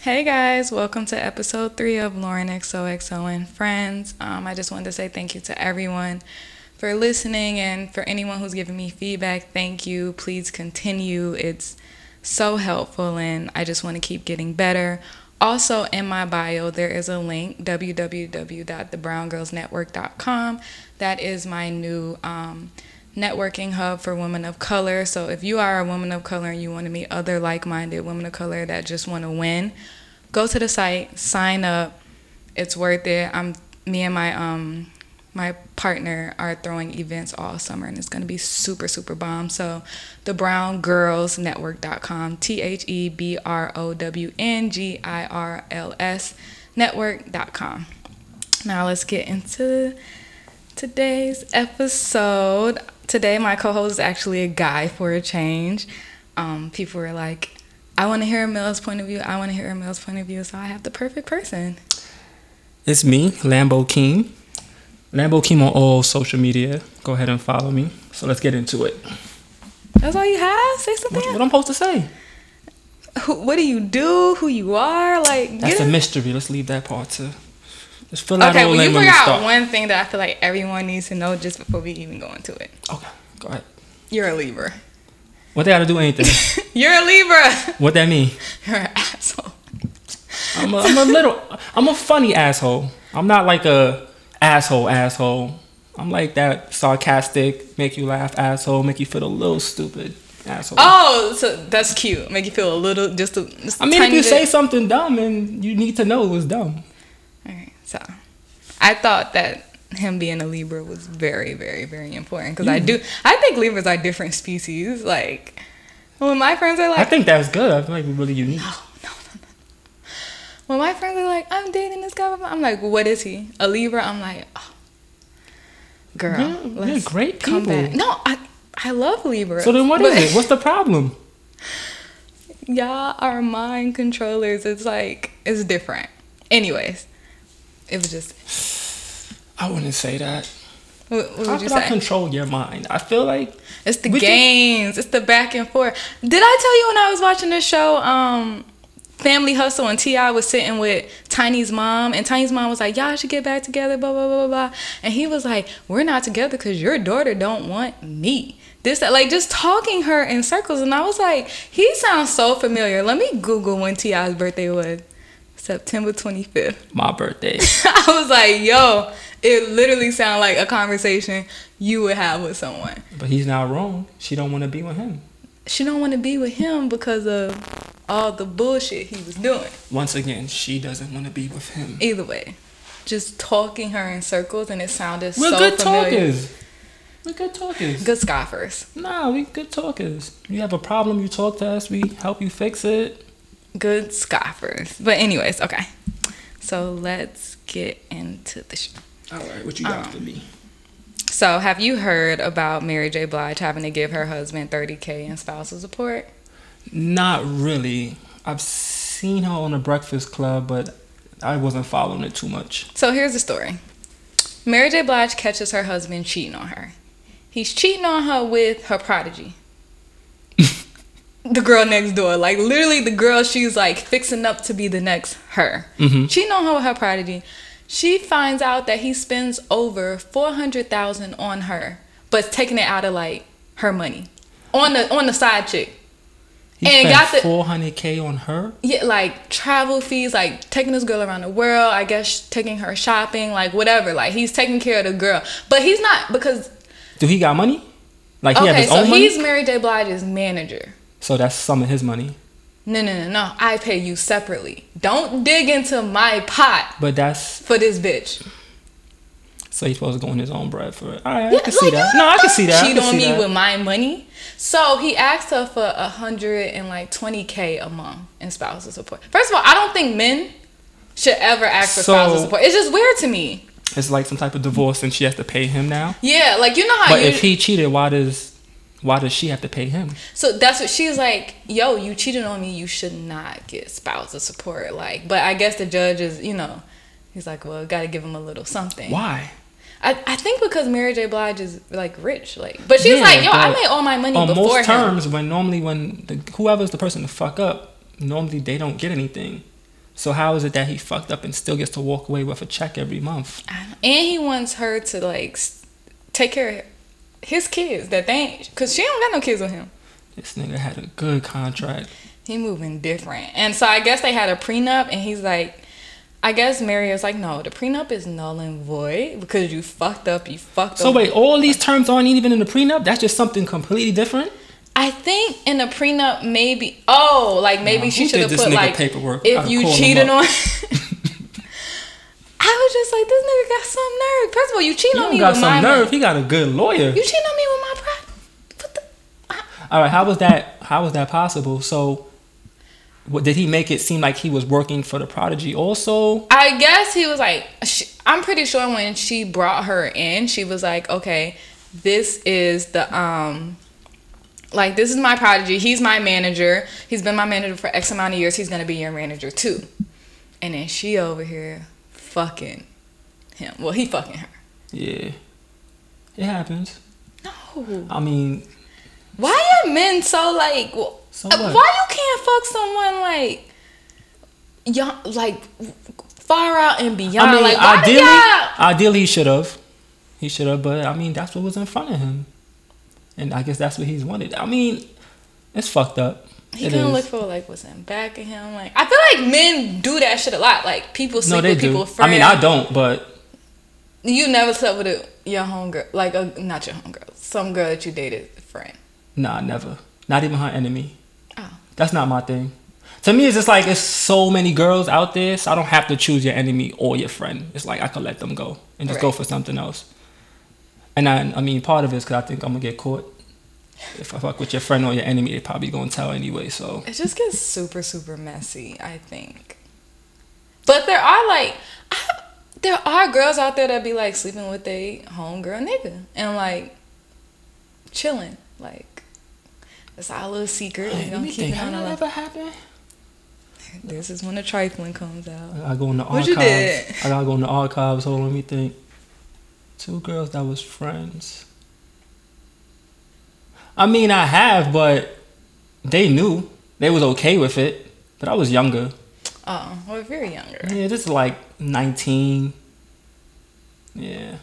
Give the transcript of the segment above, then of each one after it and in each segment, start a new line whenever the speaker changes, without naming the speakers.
Hey guys, welcome to episode three of Lauren XOXO and Friends. Um, I just wanted to say thank you to everyone for listening and for anyone who's giving me feedback. Thank you. Please continue. It's so helpful and I just want to keep getting better. Also, in my bio, there is a link www.thebrawngirlsnetwork.com. That is my new um, networking hub for women of color. So, if you are a woman of color and you want to meet other like minded women of color that just want to win, go to the site, sign up. It's worth it. I'm me and my um my partner are throwing events all summer and it's going to be super super bomb so the brown girls network.com E t-h-e-b-r-o-w-n-g-i-r-l-s network.com now let's get into today's episode today my co-host is actually a guy for a change um, people were like i want to hear a male's point of view i want to hear a male's point of view so i have the perfect person
It's me, Lambo King. Lambo King on all social media. Go ahead and follow me. So let's get into it.
that's all you have say something
What, what I'm supposed to say?
who, what do you do, who you are, like
That's
get
a
it.
mystery. Let's leave that part to. Just fill out
Okay,
all
well
in
you
when we
forgot
start.
one thing that I feel like everyone needs to know just before we even go into it.
Okay, go ahead.
You're a Libra.
What they gotta do anything?
You're a Libra.
what that mean?
You're an asshole.
I'm a, I'm a little. I'm a funny asshole. I'm not like a asshole asshole. I'm like that sarcastic, make you laugh asshole, make you feel a little stupid asshole.
Oh, so that's cute. Make you feel a little just a just a
I mean, if
tiny
you
bit.
say something dumb and you need to know it was dumb.
Alright, so I thought that him being a Libra was very, very, very important because
Mm.
I do. I think Libras are different species. Like when my friends are
I
like, oh,
think that's good. I feel like we're really unique.
when my friends are like, I'm dating this guy, I'm like, what is he? A Libra? I'm like, oh, girl,
Yeah, we're
let's
great
come
people.
back. No, I I love Libra.
So then what is it? What's the problem?
Y'all are mind controllers. It's like it's different. Anyways, it was just
I wouldn't say that.
what, what
How
would you
could I
say?
control your mind? I feel like
It's the
We just-
games. It's the back and forth. Did I tell you when I was watching this show, um, Family Hustle, and Ti was sitting with Tiny's mom, and Tiny's mom was like, "Y'all should get back together." Blah blah blah blah blah. And he was like, "We're not together because your daughter don't want me." This that like just talking her in circles, and I was like, "He sounds so familiar." Let me Google when Ti's birthday was. September 25th.
my birthday.
I was like, yo, it literally sounded like a conversation you would have with someone.
but he's not wrong. She don't want to be with him.
she don't want to be with him because of all the bullshit he was doing.
Once again, she doesn't want to be with him.
Either way, just talking her in circles, and it sounded
We're
so
good
familiar.
talkers. We're good talkers.
Good scoffers,
Nah, we good talkers. You have a problem, you talk to us, we help you fix it.
good scoffers. But anyways, okay. So let's get into the show.
All right, what you got
Um,
for me?
So, have you heard about Mary J. Blige having to give her husband 30k in spousal support?
Not really. I've seen her on the Breakfast Club, but I wasn't following it too much.
So here's the story. Mary J. Blige catches her husband cheating on her. He's cheating on her with her prodigy. the girl next door. Like literally the girl she's like fixing up to be the next her. Cheating on her with her prodigy. She finds out that he spends over four hundred thousand on her, but taking it out of like her money. On the on the side chick.
He
And got
spent
the-
400k on her.
yeah, like travel fees, like taking this girl around the world, I guess taking her shopping, like whatever. Like he's taking care of the girl. But he's not because
Do he got money? Like he have
okay,
his
so
own money.
he's Mary J. Blige's manager.
So that's some of his money.
No, no, no, no. I pay you separately. Don't dig into my pot
But that's
for this bitch.
so he's supposed to go on his own bread for it. All right, I can
Yeah,
see
like,
that.
you
No, I can
don't
see that. I
Cheat
can
on
see
me
that.
with my money. So he asked her for a hundred and like twenty k a month in spousal support. First of all, I don't think men should ever ask for
So-
spousal support. It's just weird to me.
It's like some type of divorce, and she has to pay him now.
Yeah, like you know how
But
you
if he cheated, why does why does she have to pay him?
So that's what she's like, yo, you cheated on me, you should not get spousal support. Like, but I guess the judge is, you know, he's like, well, gotta give him a little something.
Why?
I, I think because Mary J. Blige is like rich, like, but she's
Yeah,
like, yo, I
but
made all my money
On
before
most
him.
terms, when normally when the, whoever's the person to fuck up, normally they don't get anything. So how is it that he fucked up and still gets to walk away with a check every month?
And he wants her to like s- take care of his kids that they ain't, cause she don't got no kids with him.
This nigga had a good contract.
He moving different. And so I guess they had a prenup and he's like I guess Mary is like, no, the prenup is null and void because you fucked up, you fucked
So
up.
wait, all these terms aren't even in the prenup. That's just something completely different.
I think in the prenup maybe oh, like maybe
Nah,
she
who
should have
did this
put
nigga
like
paperwork?
if
I'da
you
called him
cheated
up.
on I was just like, this nigga got some nerve. First of all, you cheat
He
on me
got
with
some
my
nerve.
money.
He got a good lawyer.
You cheating on me with my pride. What the
All right, how was that? How was that possible? So, what, did he make it seem like he was working for the prodigy? Also,
I guess he was like, sh I'm pretty sure when she brought her in, she was like, okay, this is the, um, like, this is my prodigy. He's my manager. He's been my manager for X amount of years. He's going to be your manager too. And then she over here fucking him. Well, he fucking her.
yeah, it happens.
No.
I mean,
Why are men so like, w
So
uh,
what?
why you can't fuck someone like, young, like, far out and beyond?
I mean,
like, why do
ideally,
y'all-
ideally he should have, he should have. But I mean, that's what was in front of him, and I guess that's what he's wanted. I mean, it's fucked up.
He
It
couldn't
is.
look for like what's in back of him. Like I feel like men do that shit a lot. Like people sleep
no, they
with people
do.
friends.
I mean, I don't, but
You never slept with a, your homegirl, like a, not your homegirl, some girl that you dated friend.
nah, never. Not even her enemy.
Oh,
That's not my thing. To me, it's just like it's so many girls out there, so I don't have to choose your enemy or your friend. It's like I could let them go and just go
Right.
for something else. And I, I mean, part of it is because I think I'm gonna get caught. If I fuck with your friend or your enemy, they probably gonna tell anyway. So
it just gets super super messy. I think, but there are like, I, there are girls out there that be like sleeping with a homegirl nigga and like chilling. Like that's our little secret. We
let
don't
me
keep
think.
it
How
on
that
the
ever happened?
This is when the trifling comes out.
I gotta go in the
What
archives.
you did?
I gotta go in the archives. Hold on, let me think. Two girls that was friends. I mean, I have, but they knew they was okay with it. But I was younger.
Oh, well, if you're younger.
Yeah, this is like 19. Yeah.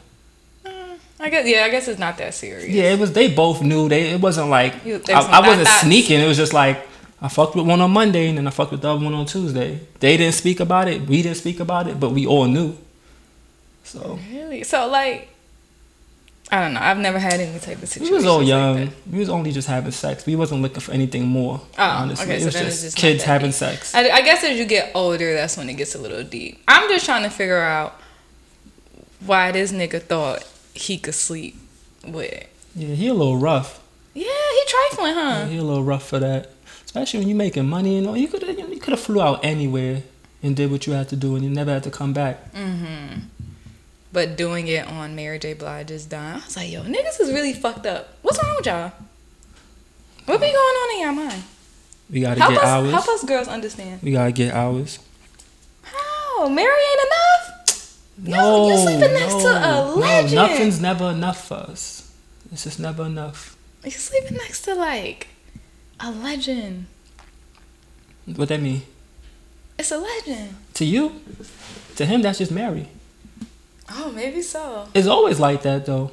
I guess yeah, I guess it's not that serious.
Yeah, it was they both knew they it wasn't like
You-
I,
there's some
I wasn't
thought- thoughts.
sneaking, it was just like I fucked with one on Monday and then I fucked with the other one on Tuesday. They didn't speak about it, we didn't speak about it, but we all knew. So
Really? So like I don't know. I've never had any type of
we
situation.
was all young. we was only just having sex. We wasn't looking for anything more.
Oh,
honestly,
okay,
it
so
was
then it's
just,
just not
kids
that
having sex.
I, I guess as you get older, that's when it gets a little deep. I'm just trying to figure out why this nigga thought he could sleep with.
Yeah, he a little rough.
Yeah, he trifling, huh?
He a little rough for that, especially when you making money and all. You could you could have flew out anywhere and did what you had to do, and you never had to come back.
Mm-hmm. But doing it on Mary J. Blige's dime, I was like, yo, niggas is really fucked up. What's wrong with y'all? What be going on in y'all mind?
We gotta
Help
get
us,
hours.
help us girls understand.
We gotta get hours.
How? Mary ain't enough? No, you're sleeping next to a legend.
No, nothing's never enough for us. It's just never enough.
You're sleeping next to like a legend.
What that mean
It's a legend.
to you? To him, that's just Mary.
Oh, maybe so.
It's always like that though.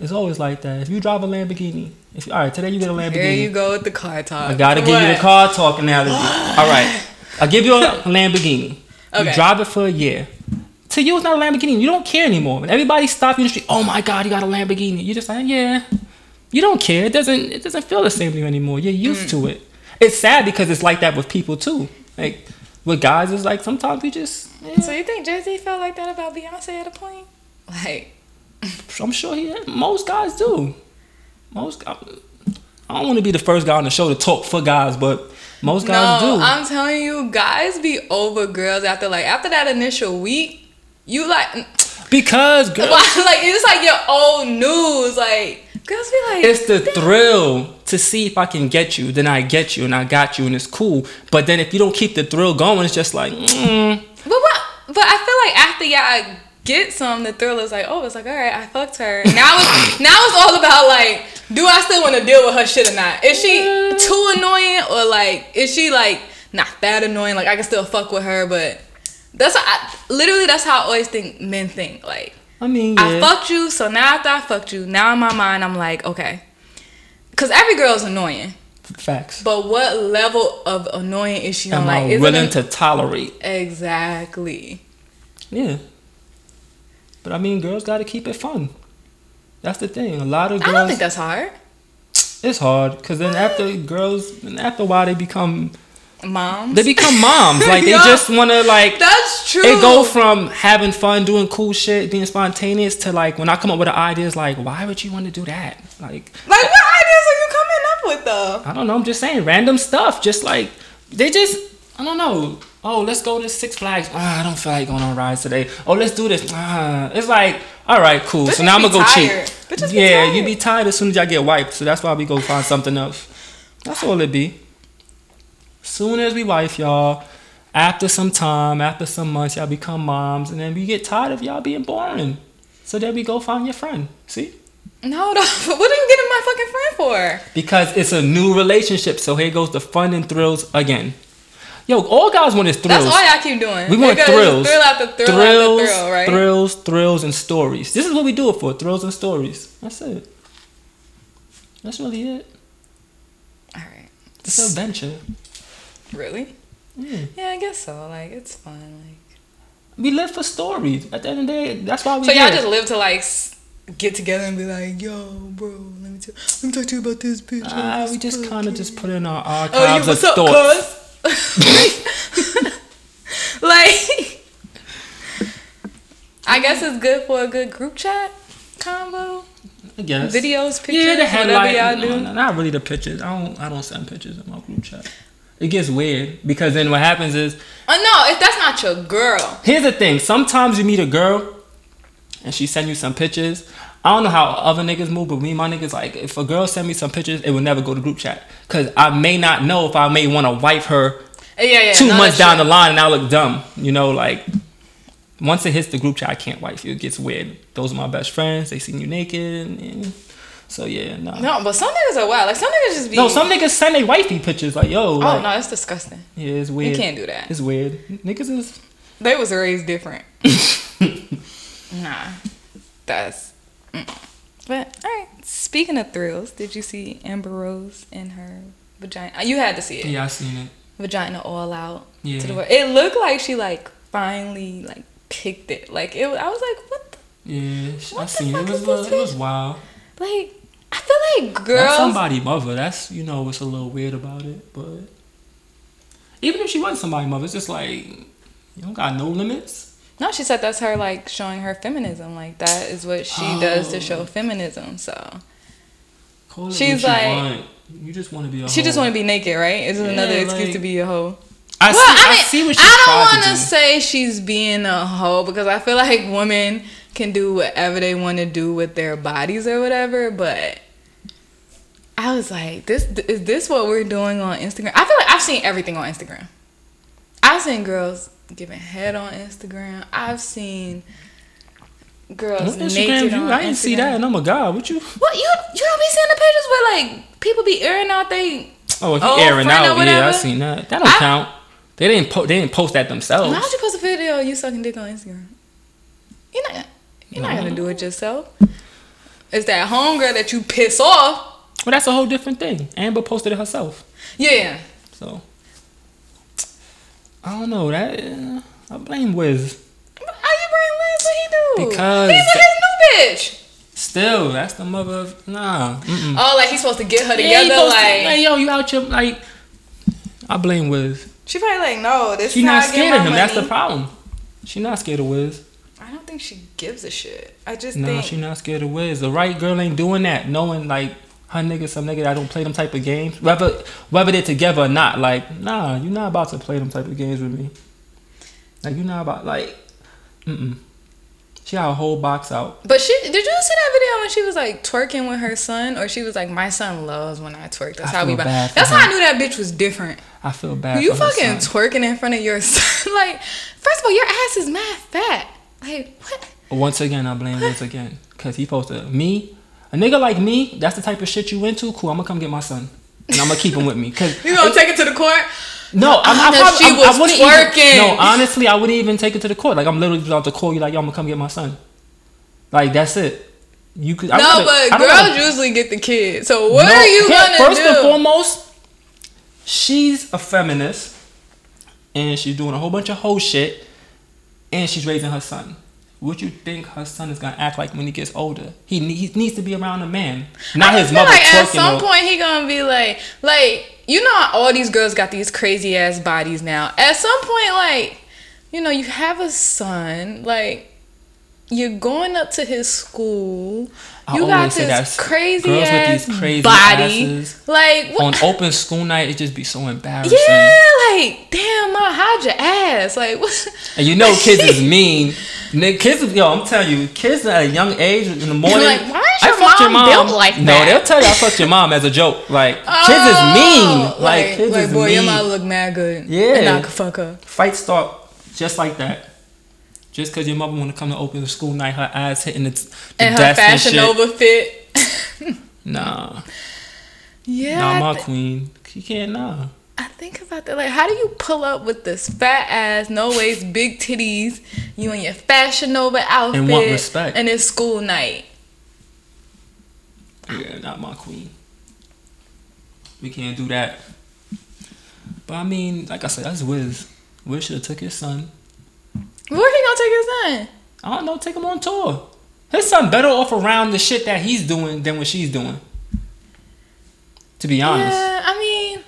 It's always like that. If you drive a Lamborghini, if all right today you get a Lamborghini,
There you go with the car talk.
I gotta give you the
What?
car talk analogy. All right, I'll give you a Lamborghini. You
Okay.
drive it for a year. To you, it's not a Lamborghini. You don't care anymore. When everybody stops you in the street, oh my God, you got a Lamborghini. You're just like, yeah. You don't care. It doesn't. It doesn't feel the same to you anymore. You're
Mm.
used to it. It's sad because it's like that with people too. Like with guys, it's like sometimes we just. eh,
So you think Jay Z felt like that about Beyonce at a point? Like,
I'm sure he. Most guys do. Most. I, I don't want to be the first guy on the show to talk for guys, but most guys
no,
do.
I'm telling you, guys be over girls after like after that initial week. You like,
because girl,
like it's like your old news. Like girls be like,
It's the thrill to see if I can get you. Then I get you, and I got you, and it's cool. But then if you don't keep the thrill going, it's just like, mm,
But what? But I feel like after y'all get some, the thrill is like, oh, it's like, all right, I fucked her. Now it's now it's all about like, do I still want to deal with her shit or not? Is she too annoying or like, is she like not that annoying. Like I can still fuck with her, but that's how I, literally that's how I always think men think. Like
I mean,
I
yeah.
fucked you, so now after I fucked you, now in my mind I'm like, okay, because every girl's annoying,
facts.
but what level of annoying is she on?
Am
Like,
I
is
willing
it
to tolerate?
exactly?
Yeah. But I mean, girls got to keep it fun. That's the thing. A lot of
I
girls.
don't think that's hard.
it's hard because then after girls, and after a while they become
Moms,
they become moms. Like they
Yeah.
just want to like
that's true.
it go from having fun, doing cool shit, being spontaneous to like when I come up with an idea, it's like why would you want to do that? Like
like what ideas are you coming up with though?
I don't know. I'm just saying random stuff. Just like they just I don't know. Oh, let's go to Six Flags. Ah, I don't feel like going on rides today. Oh, let's do this. Ah, it's like all right, cool.
Bitches
so now I'm
be
gonna go
tired.
cheat.
Bitches be
yeah,
tired.
you be tired as soon as y'all get wiped. So that's why we go find something else. That's all it be. Soon as we wife y'all, after some time, after some months, y'all become moms, and then we get tired of y'all being boring. So then we go find your friend. See.
No, no. what are you getting my fucking friend for?
Because it's a new relationship, so here goes the fun and thrills again. Yo, all guys want is
That's
thrills.
all y'all keep doing.
we want
Because
thrills.
Thrill after thrill
thrills,
after thrill, right?
Thrills, thrills, and stories. This is what we do it for thrills and stories. That's it. That's really it.
All right.
It's an adventure.
Really?
Yeah.
Yeah, I guess so. Like it's fun.
We live for stories. At the end of the day, that's why we
Like so y'all
here.
just live to like s- get together and be like, yo, bro, let me tell, let me talk to you about this bitch.
Ah, we just kind of just put in our
oh, you
archives of
what's up,
thoughts.
cuz? like, I guess it's good for a good group chat combo,
I guess.
videos, pictures,
yeah, the
whatever
headlight.
y'all do.
no, no, not really the pictures. I don't. I don't send pictures in my group chat. It gets weird because then what happens is
Oh no, if that's not your girl,
here's the thing. Sometimes you meet a girl, and she send you some pictures. I don't know how other niggas move, but me and my niggas like if a girl send me some pictures, it will never go to group chat because I may not know if I may want to wife her
yeah, yeah,
two
no,
months
that's
down the line and I look dumb. You know, like once it hits the group chat, I can't wife you. It gets weird. Those are my best friends. They seen you naked. And, and- so yeah, nah.
true. No, but some niggas are wild. Like some niggas just be.
No, some niggas send their wifey pictures. Like, yo,
Oh no,
like,
that's disgusting.
yeah, it's weird.
You can't do that.
It's weird. Niggas is.
They was raised different. nah, that's. mm. But all right. Speaking of thrills, did you see Amber Rose in her vagina? You had to see it.
Yeah, I seen it.
Vagina all out
Yeah.
to the world. It looked like she like finally like picked it. Like it. I was like, what? The,
Yeah, sh- I
What the
seen it.
fuck
It was,
is
uh,
this
it was wild.
like I feel like
That's
girls.
somebody mother. That's you know what's a little weird about it, but even if she wasn't somebody mother, it's just like you don't got no limits.
No, she said that's her like showing her feminism. Like that is what she does to
Oh.
show feminism. So
Call it
She's
what you
like-
want. you just want to be. A
she just
hoe.
want to be naked, right? It's just
Oh. Yeah,
another excuse
like-
to be a hoe.
I see.
well, I,
I,
mean,
see what she
I
tried
don't
to
want
do.
to say she's being a hoe because I feel like women can do whatever they want to do with their bodies or whatever. But I was like, this is this what we're doing on Instagram? I feel like I've seen everything on Instagram. I've seen girls giving head on Instagram. I've seen girls
What Instagram
naked
view?
on
I didn't see
Instagram.
that, and I'm a god. What you?
What you you don't be seeing the pages where like people be airing out they.
Oh, if you
Oh,
airing
friend or
out, yeah, I
whatever.
seen that. That don't
I-
count. They didn't. Po- they didn't post that themselves.
Why would you post a video of you sucking dick on Instagram? You're not you're not gonna do it yourself. It's that homegirl that you piss off.
Well, that's a whole different thing. Amber posted it herself,
Yeah.
so I don't know that. uh, I blame Wiz.
But How you bring Lance? What he do?
Because-
he's with his new bitch.
Still, that's the mother of nah. Mm-mm.
Oh, like he's supposed to get her
Yeah,
together.
you posted-
like
like, yo, you out your like. I blame Wiz.
she probably like no. This
She
is how
not
I get
scared
my
of him. That's the
money.
problem. She not scared of Wiz.
I don't think she gives a shit. I just
Nah,
think
she not scared of Wiz. The right girl ain't doing that. Knowing like her nigga, some nigga that don't play them type of games. Whether whether they're together or not, like nah, you not about to play them type of games with me. Like you not about like, mm. She got a whole box out.
But she did you see that video when she was like twerking with her son, or she was like, "My son loves when I twerk." That's
I
how we.
feel
Buy.
bad for
That's how I
her.
knew that bitch was different.
I feel bad.
you
for her
fucking
son.
twerking in front of your son. like, first of all, your ass is mad fat. Like what?
Once again, I blame once again because he posted me. A nigga like me, that's the type of shit you into. Cool, I'm gonna come get my son, and I'm gonna keep him with me. Cause
You gonna take it to the court?
No, I'm, I,
Anna,
probably,
she
I'm- I
was
wouldn't
twerking.
Even, no, honestly, I wouldn't even take it to the court. Like I'm literally just about to call you, like yo, I'm gonna come get my son. Like that's it. You could. I
no,
wouldn't-
but
I don't
girls
wanna-
usually get the kids. So what are you
here-
gonna
First
do?
and foremost, she's a feminist, and she's doing a whole bunch of whole shit, and she's raising her son. Would you think her son is gonna act like when he gets older? He, ne- he needs to be around a man, not
I
his
feel
mother
like at
twerking.
some
or-
point he gonna be like, like you know, how all these girls got these crazy ass bodies now. At some point, like you know, you have a son, like you're going up to his school.
I
you got
always say
this
that.
crazy
Girls with
ass
these crazy
body,
asses
like what?
on open school night, it just be so embarrassing.
yeah, like damn, my hide your ass, like what?
And you know kids is mean. Nigga, Kids, yo, I'm telling you, kids at a young age in the morning.
Like, why is
I
your
fucked
mom built like
no,
that?
they'll tell you I fucked your mom as a joke. Like
Oh,
kids is mean. Like, kids
like
is
boy,
mean.
your mom look mad good.
Yeah.
and I could fuck her.
Fight start just like that. Just cause your mother wanna come to open school night, her eyes hitting the, t- the
and her
desk
fashion
and shit.
over fit.
Nah,
yeah, I
nah, my
thi-
queen. You can't nah.
I think about that. Like, how do you pull up with this fat ass, no waist, big titties? You in your fashion Nova outfit
And want respect.
and it's school night.
Yeah, not my queen. We can't do that. But I mean, like I said, that's Wiz. Wiz should have took his son.
Where he gonna take his son?
I don't know, take him on tour. His son better off around the shit that he's doing than what she's doing. To be honest,
Yeah, I mean,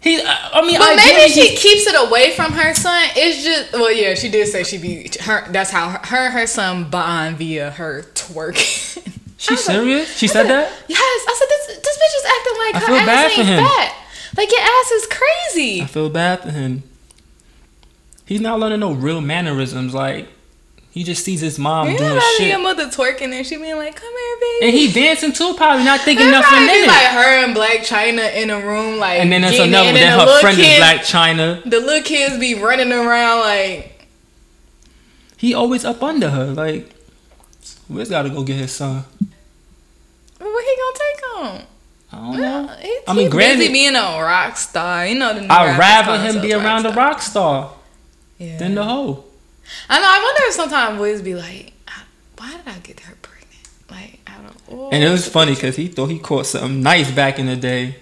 he. I I mean,
but
ideally
maybe she
he-
keeps it away from her son. It's just, well, yeah, she did say she be her. That's how her, her and her son bond via her twerking. I
She
was like-
serious? She
I
said
said,
that?
Yes, I said this. This bitch is acting like
I
her
feel
ass
bad for
ain't
him.
fat. Like your ass is crazy.
I feel bad for him. He's not learning no real mannerisms. Like he just sees his mom
You know
doing
about your
shit,
mother twerking and she being like, "Come here, baby."
and he dancing too, probably not thinking
It'd
nothing
probably
in
be
it.
like her and Black China in a room, like,
and then there's
getting it,
another one.
and the
Then her
little
friend is
kids-
Black China.
The little kids be running around like,
He always up under her. Like Wiz got to go get his son.
"Where he gonna take him?"
I don't know.
He,
I mean,
he
granted-
busy being a rock star. You know, the new rappers
I'd rather
call
him be
themselves
around a
star.
rock star
Yeah.
than the hoe.
I know. I wonder if sometimes Wiz be like, I, "Why did I get her pregnant?" Like, I don't. Oh.
And it was funny because he thought he caught something nice back in the day.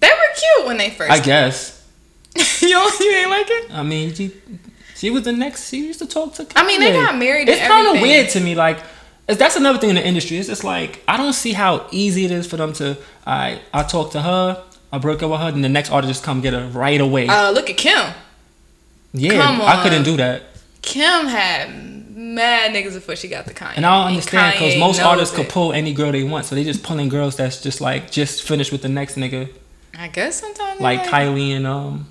they were cute when they first.
I guess.
you don't, you ain't like it.
I mean, she, she was the next. She used to talk to. Kanye.
I mean, they got married and
It's kind of
everything.
weird to me. Like it's- that's another thing in the industry. It's just like I don't see how easy it is for them to. I I talk to her. I broke up with her, and the next artist just come get her right away.
Uh, look at Kim.
yeah,
come
I couldn't
on.
do that.
Kim had mad niggas before she got to Kanye.
And I don't understand because
Kanye
most
knows
artists could
it.
pull any girl they want, so they just pulling girls that's just like just finished with the next nigga,
I guess sometimes.
like
Like Kylie.
Kylie and um,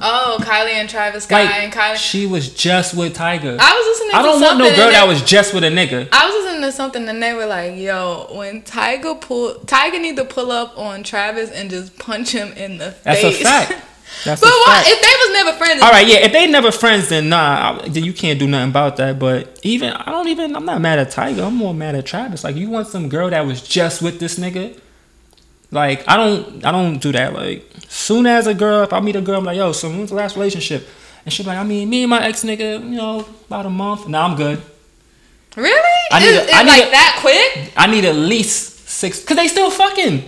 Oh, Kylie and Travis Scott and
like
Kylie.
she was just with Tiger.
I was listening.
I
to
don't want
something
no girl
and
that
they-
was just with a nigga.
I was listening to something and they were like, "Yo, when Tiger pull, Tiger need to pull up on Travis and just punch him in the
That's
face."
a fact. That's
but
a
why?
fact.
If they was never friends,
All right, yeah. If they never friends, then nah, I- then you can't do nothing about that. But even I don't even. I'm not mad at Tiger. I'm more mad at Travis. Like you want some girl that was just with this nigga. Like I don't. I don't do that. Like soon as a girl, if I meet a girl, I'm like, yo, so when's the last relationship? And she's like, I mean, me and my ex nigga, you know, about a month. Now I'm good.
really?
I need
Is-
a-
is
I need
like
a-
that quick?
I need at least six. Cause they still fucking.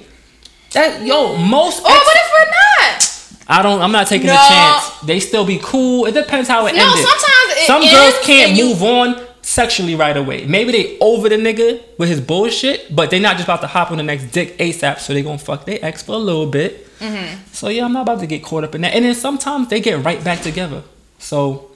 That yo most.
Or
ex-
what if we're not?
I don't. I'm not taking a
No.
chance. They still be cool. It depends how it
No,
ended.
sometimes it
some
ends
girls can't
and you-
move on sexually right away. Maybe they over the nigga with his bullshit, but they not just about to hop on the next dick asap. So they gonna fuck their ex for a little bit.
Mm-hmm.
So yeah, I'm not about to get caught up in that. And then sometimes they get right back together. So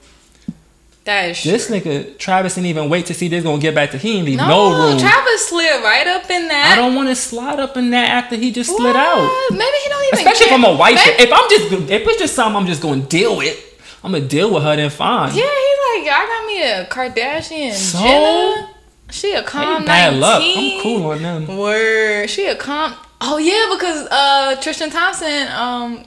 That is
this nigga Travis didn't even wait to see this gonna get back to. He ain't leave
no,
no, room.
Travis slid right up in that.
I don't want to slide up in that after he just
What?
slid out.
Maybe he don't even.
Especially if
care.
I'm a wife.
Maybe-
If I'm just if it's just something I'm just gonna deal with, I'm gonna deal with her then fine.
Yeah, he like y'all got me a Kardashian.
So?
Jenner. She a calm
Ain't bad
19.
luck. I'm cool on them.
Word. She a comp. Oh yeah, because uh Tristan Thompson. Um.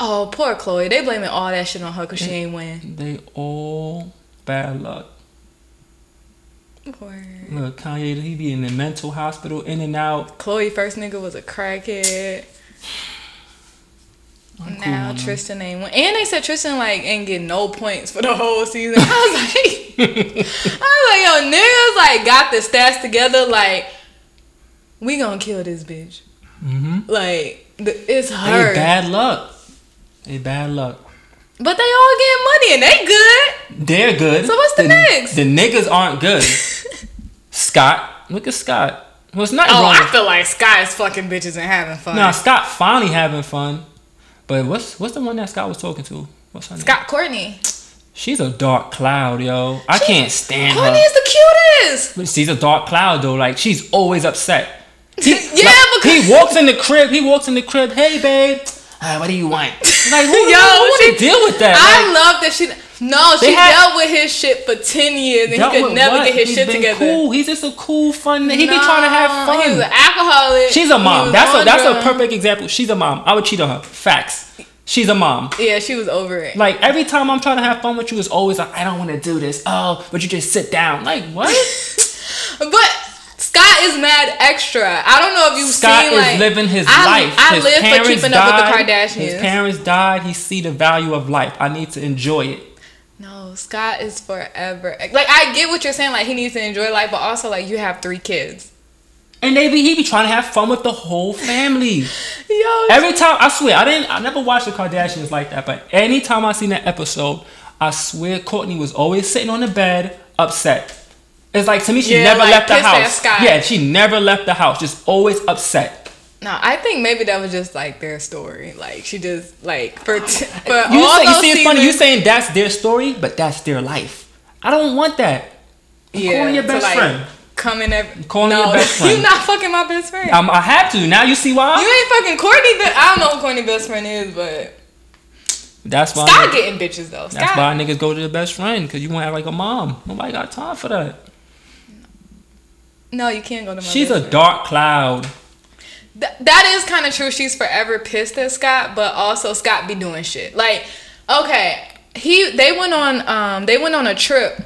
Oh poor Chloe. They blaming all that shit on her because she ain't win.
They all bad luck.
Poor
Look, Kanye, he be in the mental hospital, in and out.
Chloe. First nigga was a crackhead. now Tristan ain't win. And they said Tristan like ain't get no points for the whole season. I was like, I was like, yo, niggas like got the stats together. Like, we gonna kill this bitch.
Mm-hmm.
Like, the, it's
Hey,
her.
bad luck. Hey, bad luck.
but they all getting money and they good.
They're good.
So what's the next?
The niggas aren't good. Scott, look at Scott. Well, it's nothing
Oh,
wrong.
I
With,
feel like Sky is fucking bitches and having fun.
nah, Scott finally having fun. But what's what's the one that Scott was talking to? What's her name?
Scott Courtney.
She's a dark cloud, yo. I can't stand her.
Courtney is the cutest.
But she's a dark cloud though. Like she's always upset.
yeah,
Like,
because
he walks in the crib. He walks in the crib. Hey, babe. Uh, what do you want? Like, who,
Yo,
yo, who
she-
to deal with that?
I
Like,
love that she. No, she
They had-
dealt with his shit for ten years and
dealt
he could
with
never
what?
get his
He's
shit
been
together.
Cool. He's just a cool, fun. He be trying to have
No,
fun.
He was an alcoholic.
She's a
He
mom.
was
That's a
on
that's a
drugs.
perfect example. She's a mom. I would cheat on her. Facts. She's a mom.
Yeah, she was over it.
Like every time I'm trying to have fun with you, it's always like I don't want to do this. Oh, but you just sit down. Like what?
but Scott is mad extra. I don't know if you've
Scott
seen
is
like
living his
I,
life.
I
his
live for
parents
keeping up with
died.
the Kardashians.
His parents died. He see the value of life. I need to enjoy it.
No, Scott is forever. Like I get what you're saying. Like he needs to enjoy life, but also like you have three kids.
And they be he be trying to have fun with the whole family.
Yo,
Every time I swear I didn't I never watched the Kardashians like that, but anytime I seen that episode, I swear Courtney was always sitting on the bed upset. It's like to me she
Yeah,
never
like,
left the
pissed at
house.
Scott.
Yeah, she never left the house, just always upset.
No, I think maybe that was just like their story. Like she just like for t- for
You,
all
say, you
those
see it's funny, you
seasons.
saying that's their story, but that's their life. I don't want that. calling your
to,
best friend.
Coming every
calling
no,
your best friend.
you not fucking my best friend.
Um, I have to. Now you see why?
you ain't fucking Courtney. Be- I don't know who Courtney best friend is, but
That's why
Scott getting bitches though.
That's
Scott,
why niggas go to the best friend because you want to act like a mom. Nobody got time for that.
no, you can't go to my.
She's
best
a dark cloud.
friend. Th- that is kind of true. She's forever pissed at Scott, but also Scott be doing shit. Like, okay, he they went on um they went on a trip.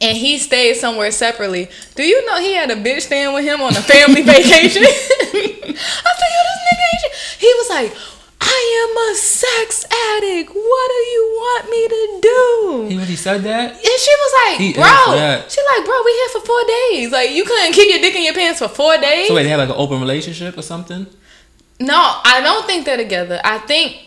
And he stayed somewhere separately. Do you know he had a bitch staying with him on a family vacation? I said, yo, this nigga ain't shit." He was like, I am a sex addict. What do you want me to do?
He really said that.
And she was like,
He is
bro.
that.
She like, bro, we here for four days. Like, you couldn't keep your dick in your pants for four days.
So wait, they had like an open relationship or something.
no, I don't think they're together. I think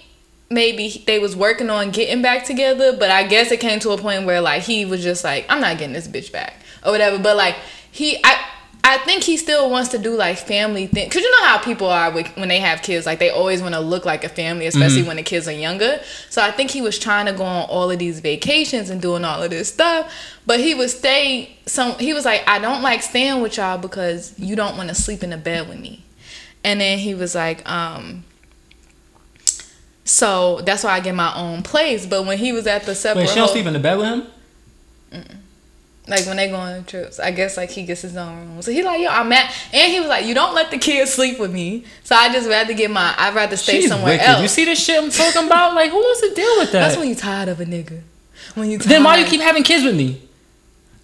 maybe they was working on getting back together, but I guess it came to a point where like he was just like, I'm not getting this bitch back or whatever. But like he, I. I think he still wants to do like family thing, cause you know how people are with, when they have kids, like they always want to look like a family, especially when the kids are younger. So I think he was trying to go on all of these vacations and doing all of this stuff, but he would stay. Some he was like, I don't like staying with y'all because you don't want to sleep in the bed with me. And then he was like, um, so that's why I get my own place. But when he was at the separate,
Wait, she don't
ho-
sleep in the bed with him.
like when they go on trips, I guess like he gets his own room. So he like, yo, I'm at, and he was like, you don't let the kids sleep with me. So I just rather get my, I'd rather stay
She's
somewhere
wicked.
else.
You see this shit I'm talking about? Like, who wants to deal with that?
that's when you tired of a nigga. When you tired.
then why do you keep having kids with me?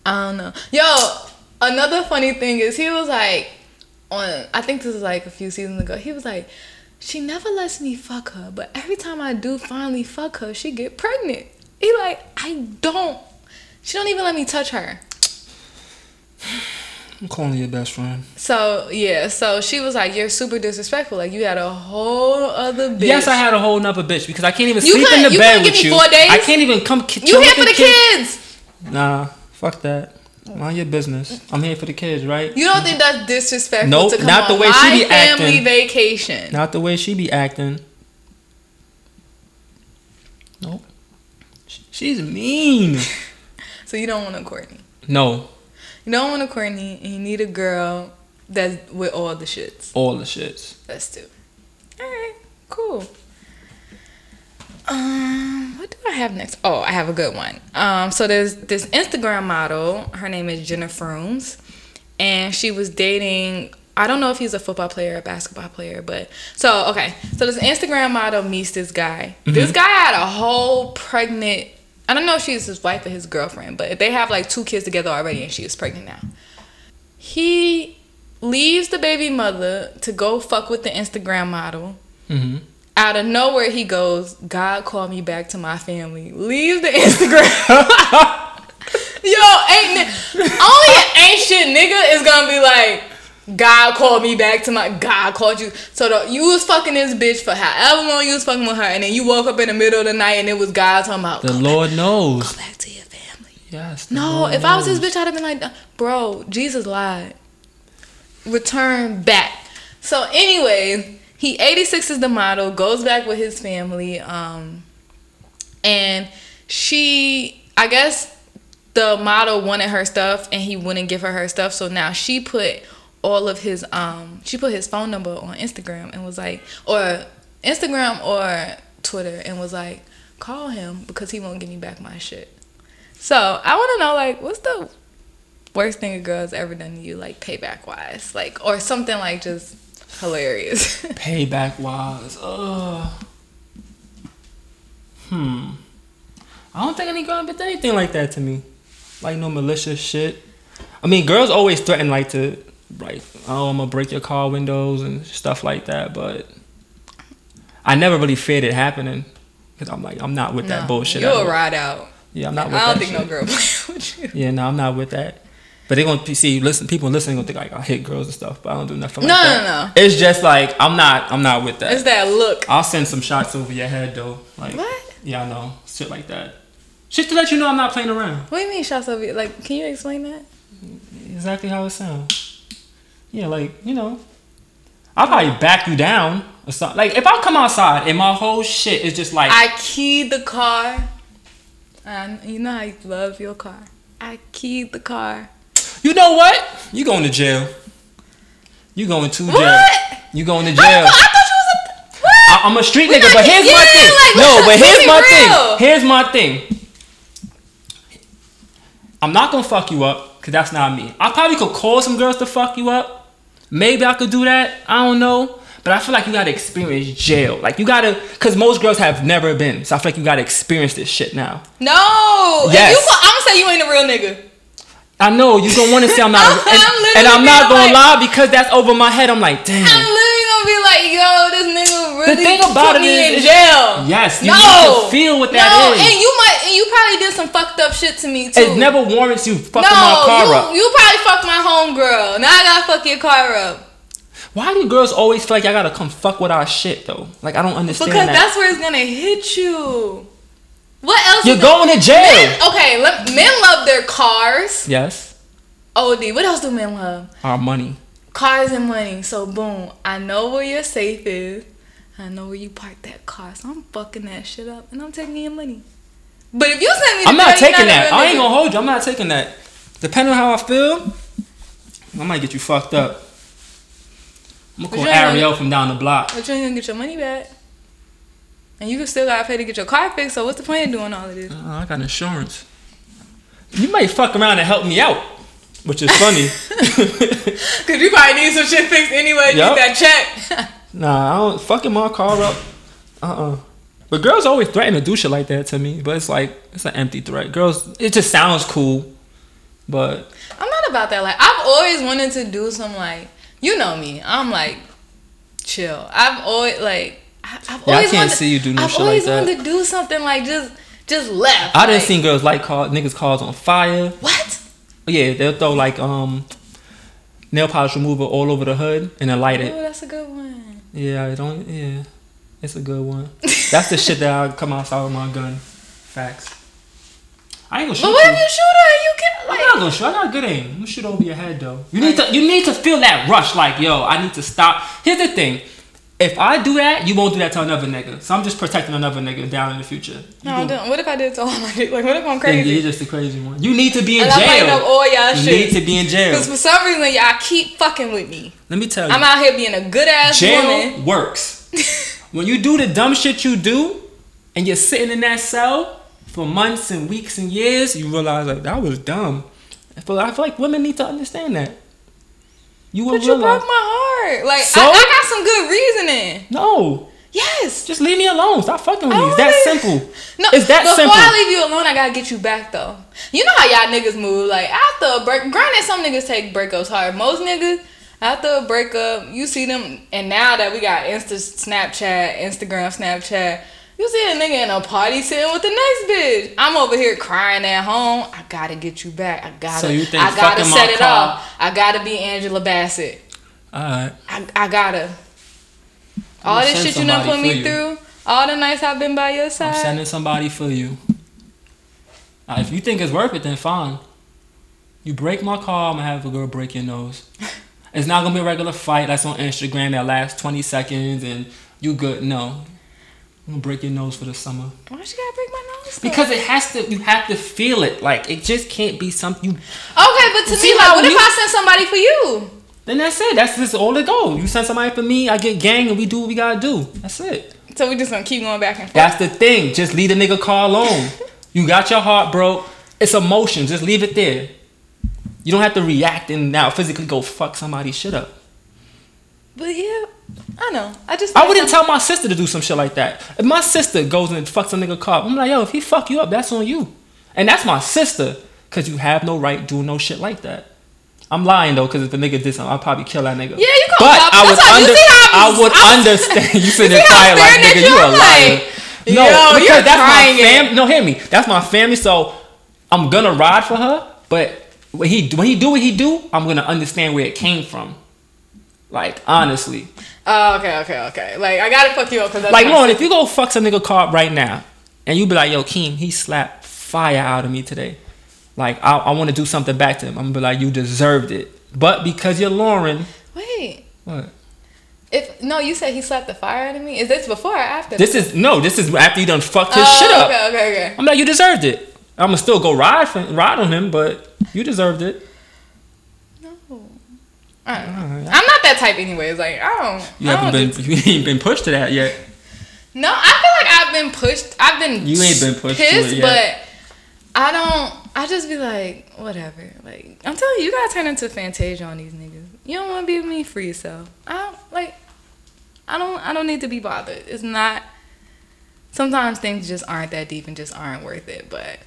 I don't know. Yo, another funny thing is he was like on I think this is like a few seasons ago. He was like, She never lets me fuck her, but every time I do finally fuck her, she get pregnant. He like, I don't she don't even let me touch her.
I'm calling your best friend.
So yeah, so she was like, You're super disrespectful. Like you had a whole other bitch.
Yes, I had a whole nother bitch because I can't even
You
sleep in
couldn't-
the
you couldn't
bed
give
with
me
you.
four days?
I can't even come. ki- chill
You here
with
for the
kid.
kids.
Nah, fuck that. Mind your business. I'm here for the kids, right?
You don't think that's disrespectful
Nope,
to come
not the
on
way she
my
be
family
acting.
vacation?
Not the way she be acting. Nope. Sh- She's mean.
So you don't want to Courtney.
no,
You don't want a Courtney, and you need a girl that's with all the shits.
all the shits.
That's two. All right, cool. Um, what do I have next? Oh, I have a good one. Um, so there's this Instagram model. Her name is Jenna Frooms, and she was dating. I don't know if he's a football player or a basketball player, but so okay. So this Instagram model meets this guy. This guy had a whole pregnant. I don't know if she's his wife or his girlfriend, but they have like two kids together already, and she is pregnant now he leaves the baby mother to go fuck with the Instagram model.
Mm-hmm.
out of nowhere he goes, God called me back to my family. Leave the Instagram. Yo, ain't ni- only an ancient nigga is gonna be like, God called me back to my God called you. So the, you was fucking this bitch for however long you was fucking with her, and then you woke up in the middle of the night and it was God talking about
The Lord knows.
back to your family.
Yes. the
No,
Lord
if I was
knows.
this bitch, I'd have been like, bro, Jesus lied. Return back. So, anyways, he 86 is the model, goes back with his family. Um, and she, I guess the model wanted her stuff and he wouldn't give her her stuff. So now she put all of his, um, she put his phone number on Instagram and was like, or Instagram or Twitter and was like, call him because he won't give me back my shit. So I want to know, like, what's the worst thing a girl's ever done to you, like payback wise, like, or something like just hilarious.
Payback wise, uh, hmm. I don't think any girl did anything like that to me, like no malicious shit. I mean, girls always threaten like to, like, oh, I'm gonna break your car windows and stuff like that. But I never really feared it happening because I'm like, I'm not with that
No,
bullshit. at
You'll
all.
ride out.
Yeah, I'm
I
not with
don't
that.
think
shit.
no girl playing with you.
Yeah, no, I'm not with that. But they gonna see listen people listening gonna think like I hit girls and stuff, but I don't do nothing
No,
like
no,
that. no. It's just like I'm not I'm not with that.
It's that look.
I'll send some shots over your head though. Like
What?
Yeah, I know. Shit like that. Just to let you know I'm not playing around.
What do you mean, shots of you? Like, can you explain that?
Exactly how it sounds. Yeah, like, you know. I'll probably back you down or something. Like if I come outside and my whole shit is just like
I keyed the car. And Uh, you know how you love your car. I keyed the car.
You know what? You going to jail. You going to jail.
What?
You going to
I thought-
jail.
I thought you was a. What?
I, am a street
We
nigga,
not-
but here's my
yeah,
thing.
like,
no,
let's
but
be
here's my
real.
thing. Here's my thing. I'm not gonna fuck you up, cause that's not me. I probably could call some girls to fuck you up. Maybe I could do that. I don't know. But I feel like you gotta experience jail. Like you gotta, cause most girls have never been. So I feel like you gotta experience this shit now.
No. If
Yes.
You, I'm gonna say you ain't a real nigga.
I know you gonna want to say I'm not, a,
I'm
and,
literally
and I'm
being
not
like-
gonna lie because that's over my head. I'm like, damn.
I'm literally gonna be like, yo, this nigga really
Hmm. thing about
put
it
me
is-
in
is-
jail.
Yes, you need to feel what that
no,
is.
and you might, and you probably did some fucked up shit to me too.
It never warrants you
no,
fucking my car
you,
up.
you probably fucked my homegirl. Now I gotta fuck your car up
Why do girls always feel like I gotta come fuck with our shit though? Like I don't understand
because
that.
that's where it's gonna hit you. What else?
You're
is-
going to jail.
Men, okay, let, men love their cars.
Yes,
Od, what else do men love?
our money.
cars and money. So boom, I know where your safe is. I know where you park that car. So I'm fucking that shit up, and I'm taking your money. But if you send me, the
I'm not
bill, you're
taking
a
that.
real
I ain't
nigga.
gonna hold you. I'm not taking that. Depending on how I feel, I might get you fucked up. I'm gonna
you
call
ain't gonna-
Ariel from down the block.
But you ain't gonna get your money back, and you still gotta pay to get your car fixed. So what's the point of doing all of this?
Oh, I got insurance. You might fuck around and help me out, which is funny.
Cause you probably need some shit fixed anyway. Get
Yup.
that check.
Nah, I don't fucking my car up. Uh uh But girls always threaten to do shit like that to me. But it's like it's an empty threat. Girls, it just sounds cool, but
I'm not about that. Like I've always wanted to do some like you know me. I'm like chill. I've always like I- I've
Yeah, I
always
can't
wanted,
see you do no
I've
shit like
always
that.
wanted to do something like just just left.
I done
like,
seen girls light cars, niggas cars on fire.
what.
Yeah, they'll throw like um nail polish remover all over the hood and then light
Oh,
it.
that's a good one.
Yeah, I don't. Yeah, it's a good one. That's the shit that I come outside with my gun. Facts. I ain't gonna shoot
But what
you.
if you shoot her and you get
I'm not
like?
gonna shoot. I got good aim. I'm gonna shoot over your head though. You need to you need to feel that rush, like, yo, I need to stop. Here's the thing. If I do that, you won't do that to another nigga. So I'm just protecting another nigga down in the future. You
No, I'm
gon-
done. What if I did it to all my dick? Like, what if I'm
then
crazy?
You're just a crazy one. You need to be in
and I'm lighting up
jail.
all y'all
You
shit.
need to be in jail.
Because for some reason, y'all keep fucking with me.
Let me tell you.
I'm out here being a good ass
jail
woman.
works. when you do the dumb shit you do, and you're sitting in that cell for months and weeks and years, you realize like that was dumb. I feel, I feel like women need to understand that. You will
But you
realize.
broke my heart. Like,
So?
I, I got some good reasoning.
No,
Yes.
just leave me alone. Stop fucking with
I
me.
don't
It's that
wanna-
simple.
No,
it's that
before
simple.
I leave you alone, I gotta get you back though. You know how y'all niggas move. Like after a break, granted, some niggas take breakups hard. Most niggas, after a breakup, you see them, and now that we got Insta, Snapchat, Instagram, Snapchat, you see a nigga in a party sitting with the next bitch. I'm over here crying at home. I gotta get you back. I gotta.
So you think
I gotta
fucking
set
my
it
car-
off. I gotta be Angela Bassett.
All right.
I, I gotta. All
I'ma
this
send
shit you done
somebody
put me
for you.
through. All the nights I've been by your
I'm
side.
sending somebody for you. Uh, if you think it's worth it, then fine. You break my car, I'm gonna have a girl break your nose. It's not gonna be a regular fight that's on Instagram that lasts 20 seconds and you good. No. I'm gonna break your nose for the summer.
Why she gotta break my nose? though?
Because it has to, you have to feel it. Like, it just can't be something. You,
Okay, but to
See
me,
how
like, what if
you-
I send somebody for you?
then that's it. That's just all it go. You send somebody for me, I get gang, and we do what we gotta do. That's it.
So we just gonna keep going back and forth.
That's the thing. Just leave the nigga car alone. you got your heart broke. It's emotion. Just leave it there. You don't have to react and now physically go fuck somebody's shit up.
But yeah, I know. I just
I wouldn't tell my sister to do some shit like that. If my sister goes and fucks a nigga car, I'm like, yo, if he fuck you up, that's on you. And that's my sister. Cause you have no right doing no shit like that. I'm lying though, cause if the nigga did something, I'd probably kill that nigga.
Yeah, you gonna
But
pop-
I would,
that's how- you
under-
see how I'm-
I would
I'm-
understand. You sitting
You
there
see how
crying like,
I'm staring
nigga,
at
you
you?
a
I'm
liar.
like,
No,
yo,
because
you're
that's
trying
my
it.
fam. No, hear me. That's my family. So I'm gonna ride for her, but when he when he do what he do, I'm gonna understand where it came from. Like honestly,
Oh, okay, okay, okay. Like I gotta fuck you up because
like Lauren, if you go fuck some nigga car up right now, and you be like, yo, Keem, he slapped fire out of me today. Like I, I want to do something back to him. I'm gonna be like, you deserved it. But because you're Lauren,
Wait,
what?
if no, you said he slapped the fire out of me. Is this before or after?
This is no. This is after you done fucked his
oh,
shit up.
Okay, okay, okay.
I'm like, you deserved it. I'm gonna still go ride for, ride on him, but you deserved it.
No, I don't know. I'm not that type, anyways. Like I don't.
You
I
haven't
don't
been you ain't been pushed to that yet.
do- no, I feel like I've been pushed. I've been.
You ain't been pushed to it
Pissed,
yet.
but I don't. I just be like, whatever. Like I'm telling you, you gotta turn into Fantasia on these niggas. You don't want to be with me, free yourself. I don't like. I don't. I don't need to be bothered. It's not. sometimes things just aren't that deep and just aren't worth it. But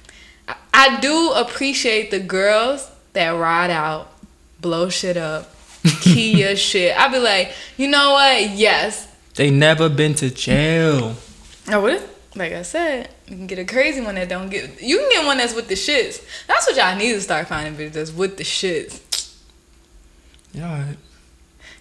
I, I do appreciate the girls that ride out, blow shit up, key your shit. I be like, you know what? Yes.
They never been to jail.
I would. Oh, Like I said, you can get a crazy one that don't get. You can get one that's with the shits. That's what y'all need to start finding bitches that's with the shits.
Yeah.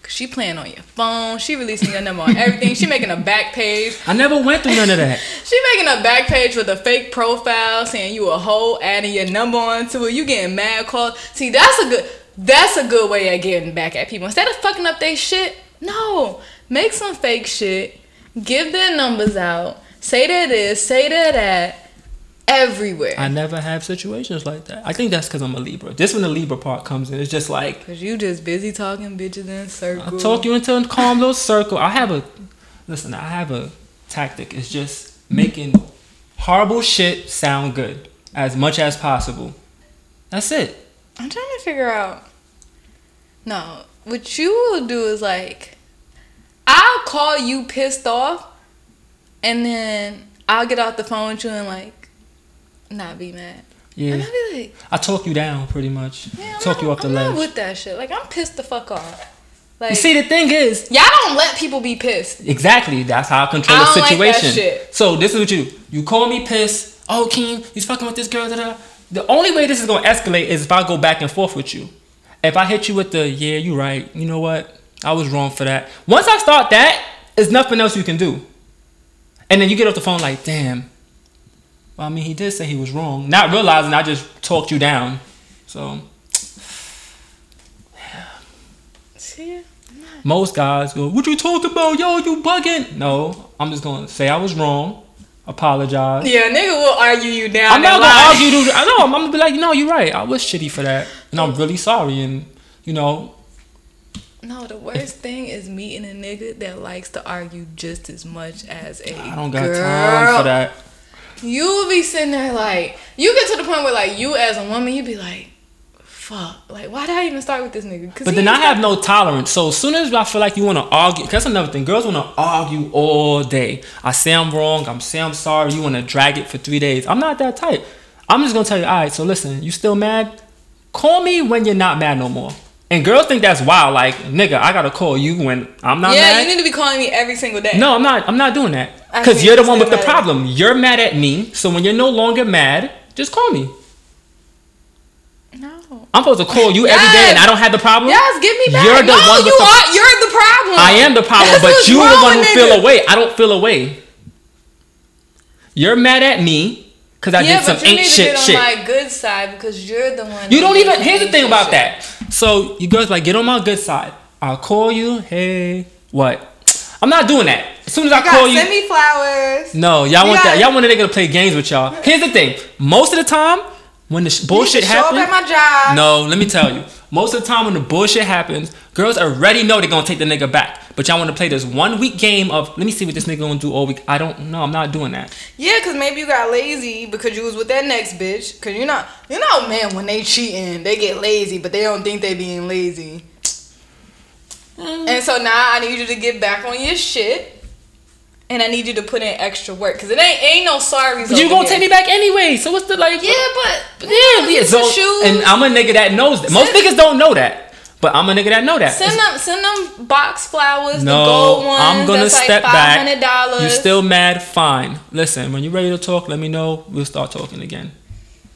Cause she playing on your phone. She releasing your number on everything. She making a back page.
I never went through none of that.
She making a back page with a fake profile saying you a hoe, adding your number onto it. You getting mad calls. See, that's a good that's a good way of getting back at people. Instead of fucking up their shit, no. Make some fake shit. Give their numbers out. Say that this, say that that. Everywhere.
I never have situations like that. I think that's because I'm a Libra. This when the Libra part comes in. It's just like
Cause you just busy talking bitches in
I
circles.
talk you into a calm little circle. I have a listen. I have a tactic. It's just making horrible shit sound good as much as possible. That's it.
I'm trying to figure out. No, what you will do is like, I'll call you pissed off, and then I'll get off the phone with you and like, not be mad. And
Yeah,
I'll be like,
I talk you down pretty much.
man, Mm-hmm. I'm
talk
not,
you off the
I'm not
ledge.
with that shit. Like, I'm pissed the fuck off.
you
Like,
see, the thing is,
y'all don't let people be pissed.
Exactly. That's how I control
I
the
don't like that
situation.
shit.
So this is what you do. You call me pissed. Oh, Keem, he's fucking with this girl. Da, da. The only way this is gonna escalate is if I go back and forth with you. If I hit you with the yeah, you right. You know what? I was wrong for that. Once I start that, there's nothing else you can do. And then you get off the phone like, damn. Well, I mean, he did say he was wrong, not realizing I just talked you down. So
See,
Most guys go, "What you talking about? Yo, you bugging?" No, I'm just gonna say I was wrong, apologize.
yeah, nigga will argue you down.
I'm not
and
gonna
lie.
argue. Dude. I know. I'm, gonna be like, "No, you're right. I was shitty for that, and I'm really sorry." And you know,
No, the worst thing is meeting a nigga that likes to argue just as much as a
I don't got time for
girl.
that.
you be sitting there like you get to the point where like you as a woman you be like fuck like why did i even start with this nigga 'Cause
But
he
then I
ain't
have no tolerance. So as soon as I feel like you want to argue, 'cause that's another thing. Girls want to argue all day. I say I'm wrong. I'm say I'm sorry. You want to drag it for three days. I'm not that type. I'm just gonna tell you. All right. So listen, you still mad? Call me when you're not mad no more, And girls think that's wild. Like, nigga, I gotta call you when I'm not
yeah,
mad.
you need to be calling me every single day.
No, I'm not. I'm not doing that.
I
Because
mean,
you're the
it's
one
still
with the
mad.
problem. You're mad at me. So when you're no longer mad, just call me.
No.
I'm supposed to call you every day, and I don't have the problem.
Yes, give me back.
You're the
no,
one with
you
the-
are. You're the problem.
I am the problem,
That's
but
what's
you're the
wrong
one who
with
feel
niggas.
away. I don't feel away. You're mad at me because I
Yeah,
did some
but you
ain't
need to
shit
get on
shit.
my good side because you're the one.
You
that
don't
needs
even.
to
Here's the
change
thing
your
about
shit.
that. So you girls like get on my good side. I'll call you. Hey, what? I'm not doing that. As soon as I
You
call
gotta
you,
send me flowers.
no, y'all
You
want that.
gotta-
Y'all want a nigga to play games with y'all. Here's the thing. Most of the time, when the sh- bullshit
you show up at
happens,
my job.
no, let me tell you. Most of the time, when the bullshit happens, girls already know they're gonna take the nigga back. But y'all want to play this one week game of let me see what this nigga gonna do all week. I don't know. I'm not doing that.
Yeah, cause maybe you got lazy because you was with that next bitch. Cause you know, you know, man, when they cheating, they get lazy, but they don't think they being lazy. And so now I need you to get back on your shit,
And I need you to put in extra work because it ain't ain't no sorries.
But you
over
gonna
here.
take me back anyway. So what's the like?
Yeah, but
Yeah, yeah.
get
So,
some shoes.
and I'm a nigga that knows that. Most
Send-
niggas don't know that, but I'm a nigga that know that.
Send them, send them box flowers,
no,
the gold ones.
I'm gonna
that's
step
like
back.
$500. dollars
You still mad? Fine. Listen, when you're ready to talk, let me know. We'll start talking again.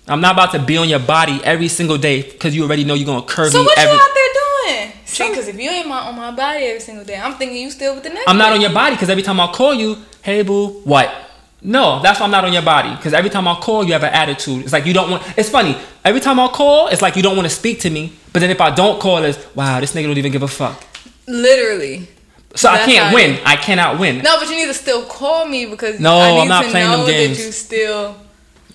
I'm not about to be on your body every single day because you already know you're gonna curve
So
me
what
every.
you out there doing? See,
Some-
because if you ain't my, on my body every single day, I'm thinking you still with the next.
I'm not
bitch.
on your body because every time I call you, hey boo, what? No, that's why I'm not on your body because every time I call, you have an attitude. It's like you don't want. It's funny. Every time I call, it's like you don't want to speak to me. But then if I don't call, it's wow, this nigga don't even give a fuck.
Literally.
So I
That's
can't
how
win.
it
I cannot win.
No, but you need to still call me because
No,
I need
I'm not
to
playing
know
them games.
that you still.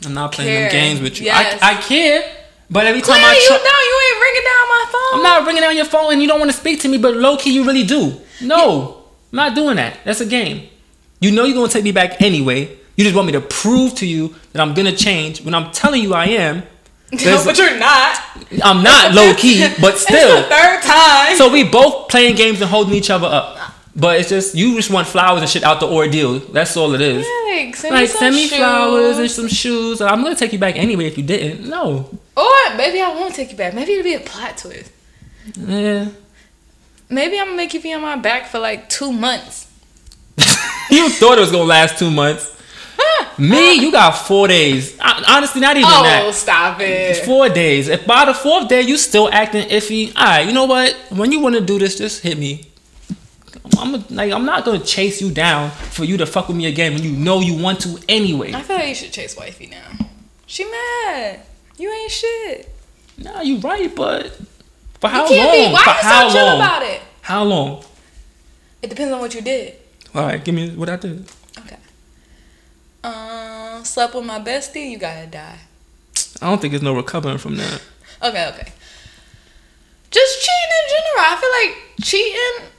I'm not playing
Care.
them games with you.
Yes.
I, I care, but every time
Clearly,
I
you
try,
know you ain't ringing down my phone.
I'm not ringing out your phone and you don't want to speak to me, but low key you really do. No, I'm not doing that. That's a game. You know you're gonna take me back anyway. You just want me to prove to you that I'm gonna change when I'm telling you I am.
no, but you're not.
I'm not low key, but
It's
still.
the third time.
So we both playing games and holding each other up. But it's just you just want flowers and shit out the ordeal. That's all it is.
Like, send me,
Like
some
send me
shoes.
flowers and some shoes. I'm gonna take you back anyway if you didn't. No.
Or maybe I won't take you back. Maybe it'll be a plot twist.
Yeah.
Maybe I'm gonna make you be on my back for like two months.
you thought it was gonna last two months. Me, you got four days. I, honestly, not even
Oh,
that.
stop it.
Four days. If by the fourth day you still acting iffy, all right. You know what? When you wanna do this, just hit me. I'm, I'm like I'm not gonna chase you down for you to fuck with me again when you know you want to anyway.
I feel like you should chase wifey now. She mad. You ain't shit.
Nah, you right, but for how
you can't
long?
be. Why
for
you
how
so chill
long?
about it?
How long?
It depends on what you did.
All right, give me what I did.
Okay. Um, slept with my bestie. You gotta die.
I don't think there's no recovering from that.
Okay, okay. Just cheating in general. I feel like cheating.